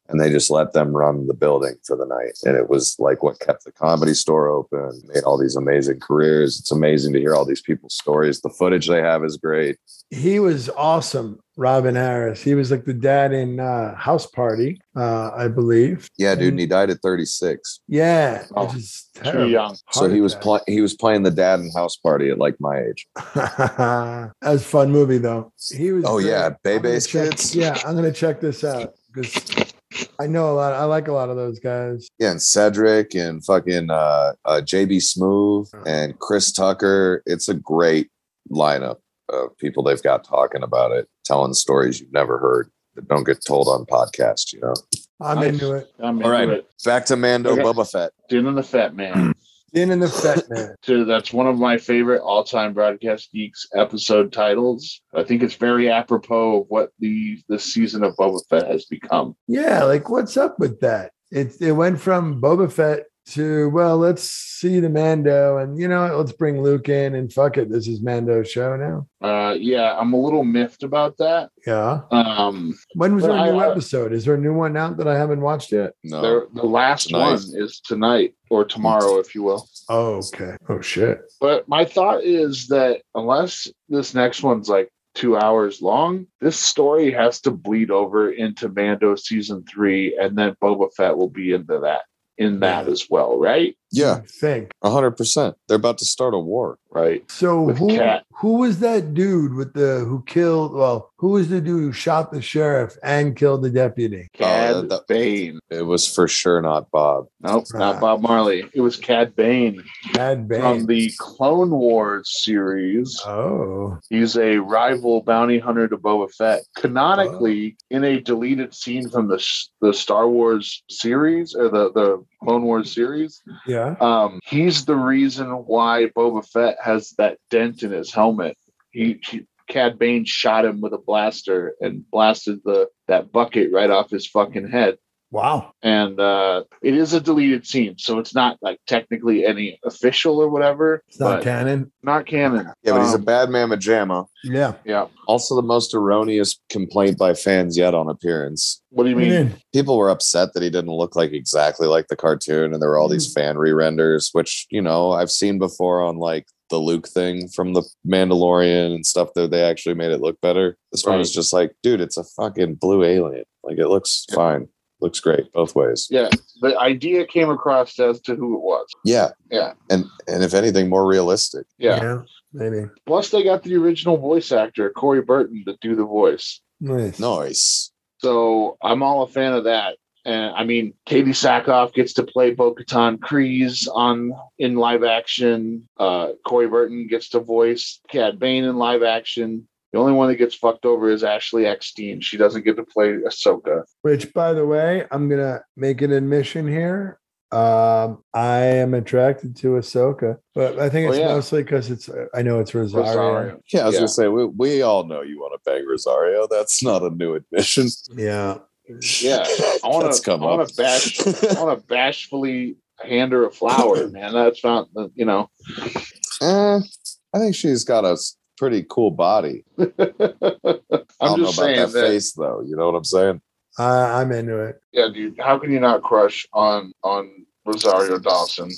And they just let them run the building for the night. And it was like what kept the comedy store open, made all these amazing careers. It's amazing to hear all these people's stories. The footage they have is great. He was awesome, Robin Harris. He was like the dad in uh, House Party, uh, I believe. Yeah, dude. And he died at 36. Yeah, Oh, which is Too terrible. young. So he was playing he was playing the dad in house party at like my age. that was a fun movie though. He was. Oh great. yeah, I'm gonna Bebe's check- kids. Yeah, I'm gonna check this out because I know a lot. I like a lot of those guys. Yeah, and Cedric and fucking uh, uh JB Smoove and Chris Tucker. It's a great lineup of people they've got talking about it, telling stories you've never heard that don't get told on podcasts, you know. I'm Nice. into it. I'm into All right. it. Back to Mando Okay. Boba Fett. Din and the Fat Man. In and the Fat Man. Dude, that's one of my favorite all-time broadcast geeks episode titles. I think it's very apropos of what the this season of Boba Fett has become. Yeah, like what's up with that? It it went from Boba Fett to well, let's see the Mando, and you know, what, let's bring Luke in, and fuck it, this is Mando's show now. Uh, yeah, I'm a little miffed about that. Yeah. Um, When was But there a new I- I- episode? Is there a new one out that I haven't watched yet? No. the, the last Oh, Tonight. one is tonight or tomorrow, if you will. Oh, okay. Oh shit. But my thought is that unless this next one's like two hours long, this story has to bleed over into Mando season three, and then Boba Fett will be into that in that as well, right? Yeah, Think. hundred percent. They're about to start a war. right? So With who Cat. who was that dude with the who killed? Well, who was the dude who shot the sheriff and killed the deputy? Cad that- that- Bane. It was for sure not Bob. Nope, not Bob Marley. It was Cad Bane from Bad Bane. the Clone Wars series. oh, He's a rival bounty hunter to Boba Fett. Canonically, in a deleted scene from the s- the Star Wars series or the the Clone Wars series, yeah. um, he's the reason why Boba Fett has that dent in his helmet. He, he Cad Bane shot him with a blaster and blasted the that bucket right off his fucking head. Wow. And uh, it is a deleted scene, so it's not like technically any official or whatever. It's not but canon. not canon. Yeah, but he's a Um, bad man pajama. Yeah. yeah. Also, the most erroneous complaint by fans yet on appearance. What do you What do you mean? mean? people were upset that he didn't look like exactly like the cartoon and there were all Hmm. these fan re-renders which you know i've seen before on like the luke thing from the mandalorian and stuff that they actually made it look better this one Right. was just like dude it's a fucking blue alien like it looks fine looks great both ways Yeah, the idea came across as to who it was. yeah Yeah. and and if anything more realistic Yeah. Maybe. Plus, they got the original voice actor Corey Burton to do the voice. Nice. nice So I'm all a fan of that. And I mean, Katie Sackhoff gets to play Bo-Katan Kryze on in live action. Uh, Corey Burton gets to voice Cad Bane in live action. The only one that gets fucked over is Ashley Eckstein. She doesn't get to play Ahsoka. Which, by the way, I'm gonna make an admission here. Um, I am attracted to Ahsoka, but I think Oh, it's yeah. mostly because it's. I know it's Rosario. Rosario. yeah i was Yeah. gonna say we, we all know you want to bang rosario that's not a new admission Yeah. Yeah, I wanna- That's come I wanna up. bash- I want to bashfully hand her a flower, man. That's not, you know. Eh, I think she's got a s- pretty cool body. I I'm don't just know about saying that, that. face, though. You know what I'm saying? I, I'm into it. Yeah, dude. How can you not crush on on Rosario Dawson?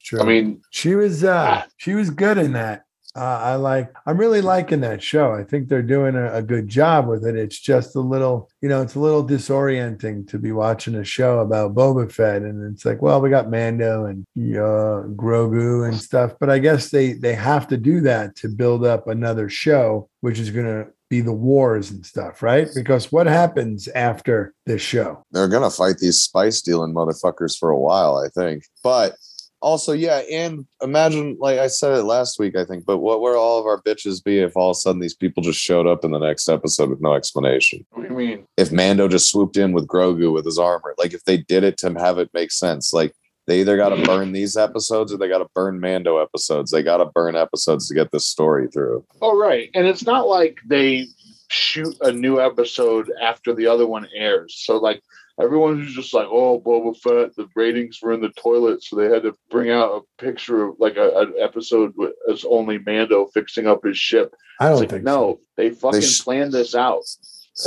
Sure. I mean, she was. uh Ah. She was good in that. Uh, I like. I'm really liking that show. I think they're doing a, a good job with it. It's just a little, you know, it's a little disorienting to be watching a show about Boba Fett, and it's like, well, we got Mando and uh, Grogu and stuff. But I guess they they have to do that to build up another show, which is going to be the wars and stuff, right? Because what happens after this show? They're going to fight these spice dealing motherfuckers for a while, I think. But also, yeah, and imagine, like I said it last week, I think, but what would all of our bitches be if all of a sudden these people just showed up in the next episode with no explanation? what do you mean? If Mando just swooped in with Grogu with his armor, like if they did it to have it make sense, like they either got Mm-hmm. to burn these episodes or they got to burn Mando episodes. They got to burn episodes to get this story through. Oh, right. And it's not like they shoot a new episode after the other one airs. So, like, everyone who's just like, oh, Boba Fett, the ratings were in the toilet. So they had to bring out a picture of like a, an episode with as only Mando fixing up his ship. I don't It's like, think so. no, they fucking sh- planned this out.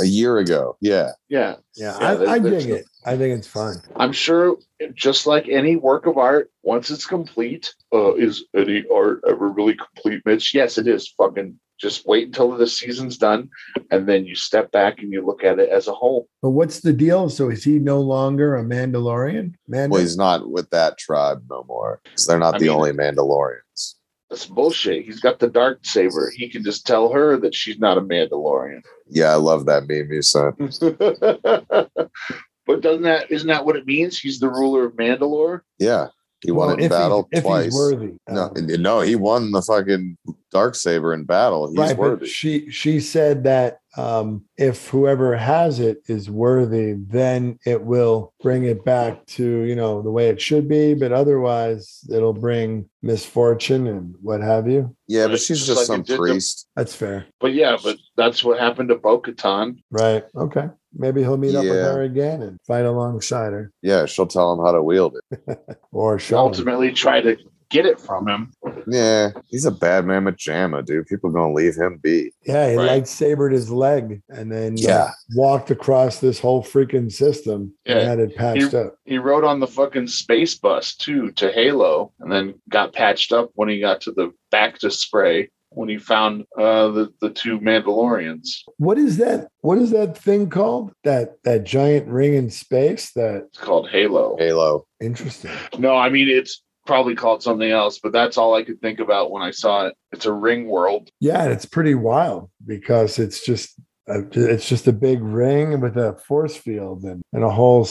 a year ago. Yeah. Yeah. Yeah, Yeah, I, there- I there's dig no- it. I think it's fun. I'm sure, just like any work of art, once it's complete, uh, is any art ever really complete, Mitch? Yes, it is. Fucking just wait until the season's done, and then you step back and you look at it as a whole. But what's the deal? So is he no longer a Mandalorian? Mando? Well, he's not with that tribe no more. 'cause they're not I the mean- only Mandalorians. That's bullshit. He's got the dark saber. He can just tell her that she's not a Mandalorian. Yeah, I love that meme you sent. Mm. but doesn't that isn't that what it means? He's the ruler of Mandalore. Yeah. He won Well, in if battle he's, If twice. he's worthy. no, Um, and- no, he won the fucking dark saber in battle. He's right, but worthy. she she said that um, if whoever has it is worthy, then it will bring it back to you know the way it should be. But otherwise, it'll bring misfortune and what have you. yeah, Right, but just she's just like some it did to- priest. That's fair, But yeah, but that's what happened to Bo-Katan. right? Okay, maybe he'll meet up with Yeah. her again and fight alongside her yeah, she'll tell him how to wield it. or She show him. ultimately tried to get it from him. Yeah, he's a bad man with Jamma, dude. People gonna leave him be. Yeah, he Right. lightsabered his leg and then uh, Yeah. walked across this whole freaking system Yeah. and had it patched up. he rode on the fucking space bus too to Halo, and then got patched up when he got to the back to spray when he found uh, the the two Mandalorians. What is that? What is that thing called? That that giant ring in space? That It's called Halo. Halo. interesting. No, I mean it's probably called something else, but that's all I could think about when I saw it. It's a ring world. Yeah, and it's pretty wild because it's just a, it's just a big ring with a force field and, and a whole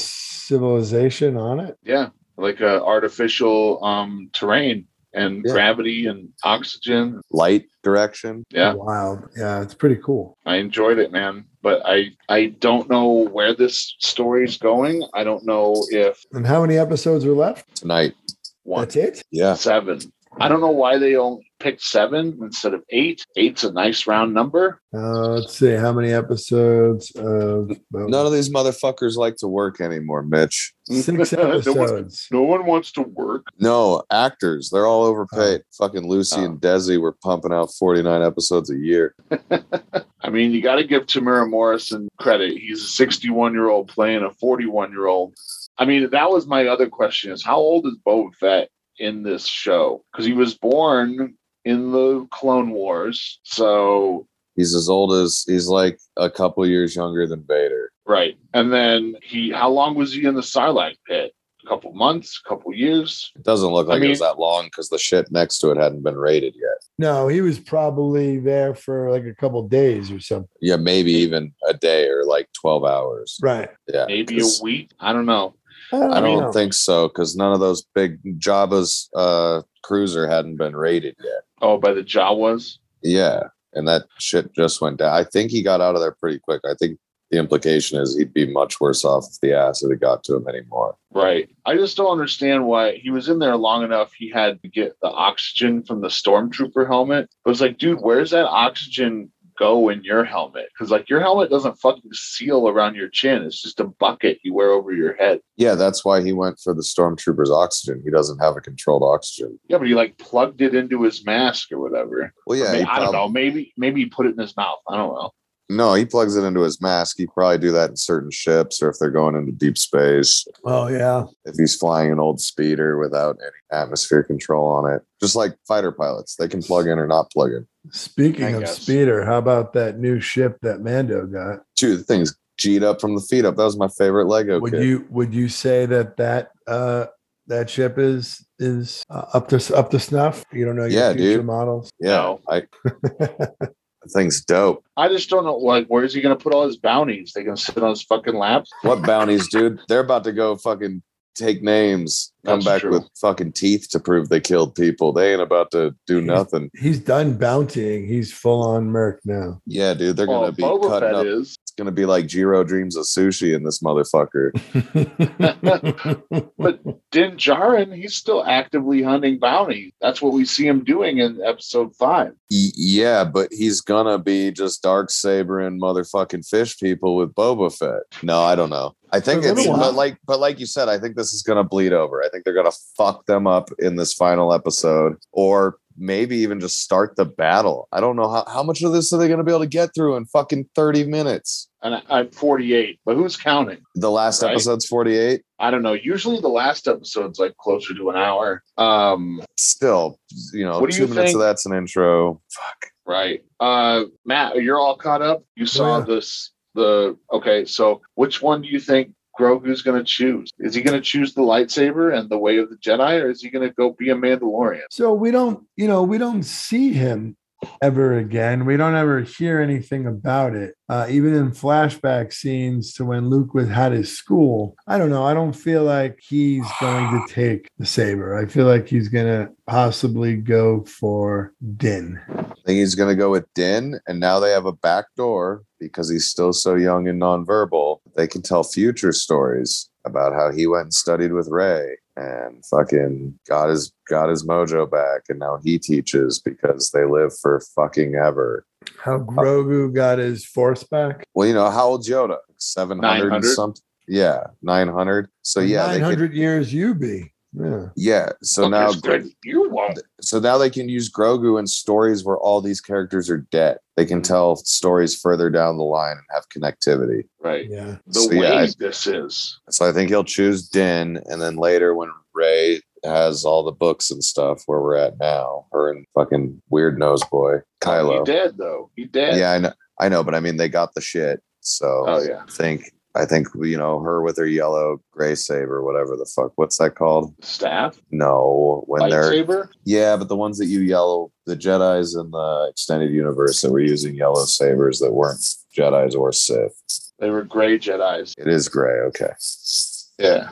civilization on it. Yeah, like a artificial um terrain and Yeah. gravity and oxygen. Light direction. Yeah. Wild. Yeah, it's pretty cool. I enjoyed it, man. But I I don't know where this story's going. I don't know if And how many episodes are left? Tonight. one That's it? Yeah. seven. I don't know why they only picked seven instead of eight. Eight's a nice round number. Uh, let's see how many episodes of None of these motherfuckers like to work anymore, Mitch. six episodes. No one wants to work. No, actors. They're all overpaid. Fucking Lucy Oh. and Desi were pumping out 49 episodes a year. I mean, you got to give Tamura Morrison credit. He's a 61 year old playing a 41 year old. I mean, that was my other question: is how old is Boba Fett in this show? Because he was born in the Clone Wars, so He's as old as he's like a couple years younger than Vader. Right. And then he, how long was he in the Sarlacc pit? A couple months, a couple years. It doesn't look I like it was mean- that long because the shit next to it hadn't been rated yet. No, he was probably there for like a couple days or something. Yeah, maybe even a day or like 12 hours. Right. Yeah. Maybe 'cause a week. I don't know. I don't know. think so because none of those big Jabba's uh, cruiser hadn't been rated yet. Oh, by the Jawas. Yeah. And that shit just went down. I think he got out of there pretty quick. I think the implication is he'd be much worse off if the acid had got to him anymore. Right. I just don't understand why he was in there long enough. He had to get the oxygen from the stormtrooper helmet. It was like, dude, where's that oxygen go in your helmet? Because, like, your helmet doesn't fucking seal around your chin. It's just a bucket you wear over your head. Yeah, that's why he went for the stormtrooper's oxygen. He doesn't have a controlled oxygen. Yeah, but he, like, plugged it into his mask or whatever. Well, yeah, I, he mean, I don't know. prob- Maybe, maybe he put it in his mouth. I don't know. No, he plugs it into his mask. He probably do that in certain ships or if they're going into deep space. Oh yeah. If he's flying an old speeder without any atmosphere control on it, just like fighter pilots, they can plug in or not plug in. Speaking I of guess. speeder, how about that new ship that Mando got? Dude, the thing's G'd up from the feet up. That was my favorite Lego Would kit. you would you say that that uh that ship is is uh, up to up to snuff? You don't know your Yeah, future dude. models. yeah, No. I, the thing's dope. I just don't know. Like, where is he going to put all his bounties? They going to sit on his fucking lap? What bounties, dude? They're about to go fucking take names, come That's back true. with fucking teeth to prove they killed people. They ain't about to do nothing. He's done bountying. He's full on merc now. Yeah, dude, they're Well, gonna be cutting up. is. It's gonna be like Jiro dreams of sushi in this motherfucker. Din Djarin, he's still actively hunting bounties. That's what we see him doing in episode five. Y- yeah, but he's gonna be just dark sabering motherfucking fish people with Boba Fett. No, I don't know. I think For a little it's while. but like but like you said, I think this is gonna bleed over. I think they're gonna fuck them up in this final episode, or maybe even just start the battle. I don't know how how much of this are they gonna be able to get through in fucking thirty minutes. And I, I'm 48, but who's counting? The last Right. episode's forty eight. I don't know. Usually the last episode's like closer to an hour. Um, Still, you know, What do two you minutes think- of that's an intro. right. Uh, Matt, you're all caught up. You saw yeah. this. The okay. So which one do you think? Grogu's going to choose. Is he going to choose the lightsaber and the way of the Jedi, or is he going to go be a Mandalorian? so we don't, you know, we don't see him ever again. We don't ever hear anything about it. Uh, even in flashback scenes to when Luke was had his school. I don't know. I don't feel like he's going to take the saber. I feel like he's gonna possibly go for Din. I think he's going to go with Din, and now they have a back door because he's still so young and nonverbal. They can tell future stories about how he went and studied with Ray and fucking got his got his mojo back, and now he teaches because they live for fucking ever. How Grogu got his force back. Well, you know how old Yoda? Seven hundred 900? and something. Yeah, nine hundred. So yeah, nine they could, hundred years you be. Yeah. yeah. So now, Understood. you won't. so now they can use Grogu in stories where all these characters are dead. They can tell stories further down the line and have connectivity. Right. Yeah. The So, way yeah, I- this is. So I think he'll choose Din, and then later when Ray has all the books and stuff, where we're at now, her and fucking weird nose boy He Kylo. dead though. He dead. Yeah, I know, I know, but I mean they got the shit, so Oh yeah. I think I think you know her with her yellow gray saber, whatever the fuck. What's that called? Staff, No, when they're lightsaber. yeah, but the ones that you yellow, the Jedi's in the extended universe that were using yellow sabers that weren't Jedi's or Sith. They were gray Jedi's. It is gray. Okay. Yeah.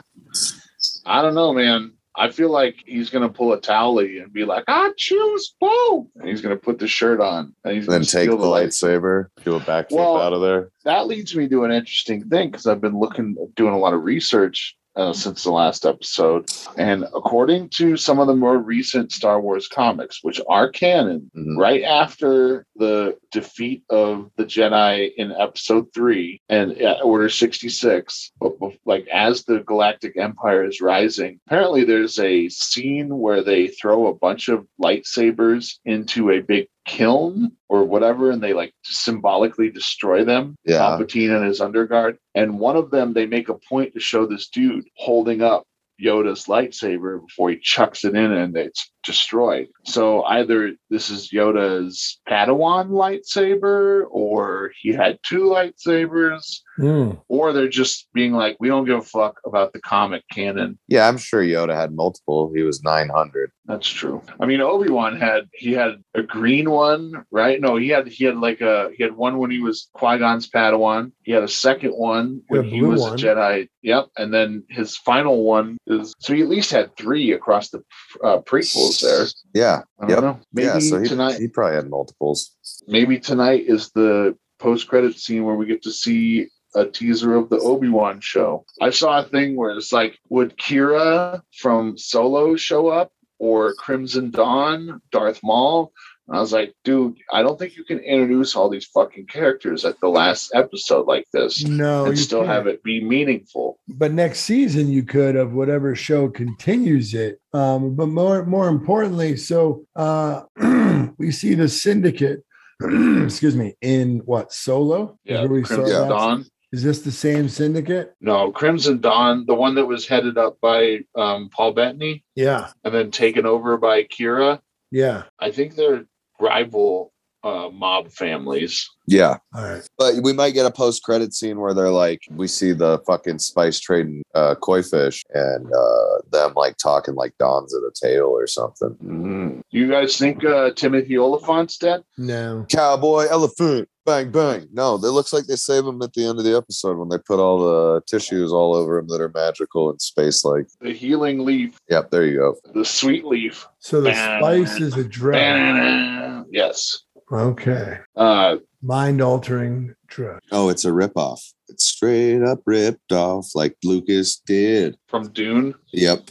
I don't know, man. I feel like he's gonna pull a towley and be like, "I choose both," and he's gonna put the shirt on and he's And then gonna take the steal lights. lightsaber, do a backflip Well- out of there. That leads me to an interesting thing because I've been looking, doing a lot of research uh, since the last episode, and according to some of the more recent Star Wars comics, which are canon, Mhm. right after the defeat of the Jedi in episode three and uh, Order 66, but bef- like as the Galactic Empire is rising, apparently there's a scene where they throw a bunch of lightsabers into a big kiln or whatever and they like symbolically destroy them Yeah. palpatine and his underguard and one of them they make a point to show this dude holding up Yoda's lightsaber before he chucks it in and it's destroyed. So either this is Yoda's Padawan lightsaber, or he had two lightsabers, Mm. or they're just being like, we don't give a fuck about the comic canon. Yeah, I'm sure Yoda had multiple. He was 900. That's true. I mean, Obi Wan had he had a green one, right? No, he had he had like a he had one when he was Qui Gon's Padawan. He had a second one when Yeah, he blue was a one. Jedi. Yep, and then his final one is so he at least had three across the uh, prequels there. Yeah. I Yep. don't know. Maybe yeah. So he, tonight. he probably had multiples. Maybe tonight is the post-credit scene where we get to see a teaser of the Obi Wan show. I saw a thing where it's like, would Kira from Solo show up or Crimson Dawn, Darth Maul? And I was like, dude, I don't think you can introduce all these fucking characters at the last episode like this No, and you still can't. have it be meaningful. But next season, you could of whatever show continues it. Um, but more, more importantly, so uh, we see the syndicate. excuse me, in what Solo? Is where we saw Crimson that? Dawn. Is this the same syndicate? No, Crimson Dawn, the one that was headed up by um, Paul Bettany Yeah, and then taken over by Kira. yeah. I think they're rival uh, mob families. Yeah. All right. But we might get a post credit scene where they're like, we see the fucking spice trading uh, koi fish and uh, them like talking like Don's at a table or something. Mm. Do you guys think uh, Timothy Oliphant's dead? No. Cowboy elephant. Bang, bang. No, it looks like they save him at the end of the episode when they put all the tissues all over him that are magical and space like. The healing leaf, Yep, there you go. the sweet leaf. So the Bah. spice is a drug. Ba-na-na. Yes. Okay. Uh, Mind altering drug. Oh, it's a ripoff. It's straight up ripped off like Lucas did. from Dune, Yep.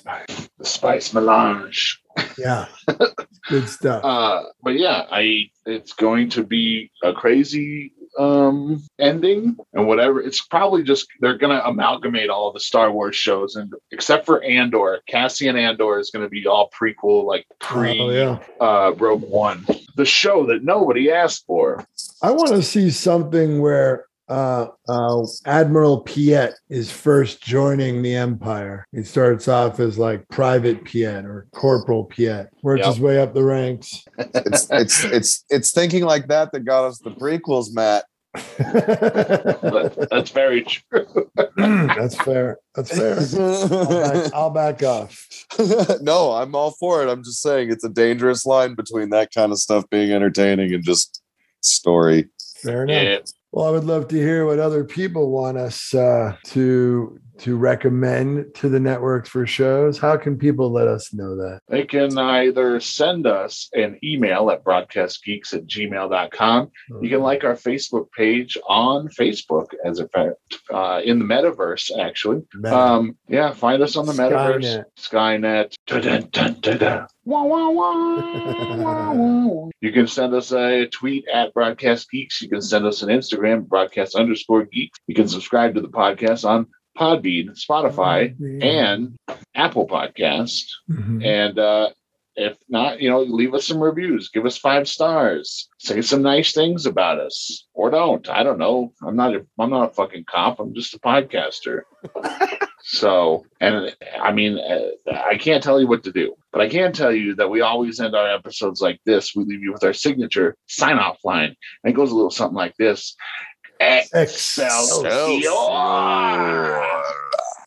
the spice melange. Yeah. Good stuff. Uh, but yeah, I it's going to be a crazy um ending and whatever it's probably just they're gonna amalgamate all the star wars shows and except for andor cassian andor is gonna be all prequel like pre oh yeah. uh, Rogue One, the show that nobody asked for. I want to see something where uh, uh, Admiral Piet is first joining the Empire. He starts off as like Private Piet or Corporal Piet, works Yep. his way up the ranks. It's it's it's it's thinking like that that got us the prequels, Matt. That- That's very true. That's fair. That's fair. I'll back, I'll back off. no, I'm all for it. I'm just saying it's a dangerous line between that kind of stuff being entertaining and just story. Fair enough. Yeah. Well, I would love to hear what other people want us uh, to to recommend to the networks for shows. How can people let us know that? They can either send us an email at broadcastgeeks at gmail.com. You can like our Facebook page on Facebook, as a fact, uh, in the metaverse, actually. Um, yeah, find us on the metaverse, Skynet. Dun, dun, dun, dun. Wah, wah, wah, wah, wah. You can send us a tweet at Broadcast Geeks. You can send us an Instagram, Broadcast underscore Geeks. You can subscribe to the podcast on Podbean, Spotify, Mm-hmm. and Apple Podcasts. Mhm. And uh, if not, you know, leave us some reviews, give us five stars, say some nice things about us, or don't. I don't know. I'm not. A, I'm not a fucking cop. I'm just a podcaster. so, and I mean, uh, I can't tell you what to do, but I can tell you that we always end our episodes like this. We leave you with our signature sign off line, and it goes a little something like this. X. Excel. Excelsior.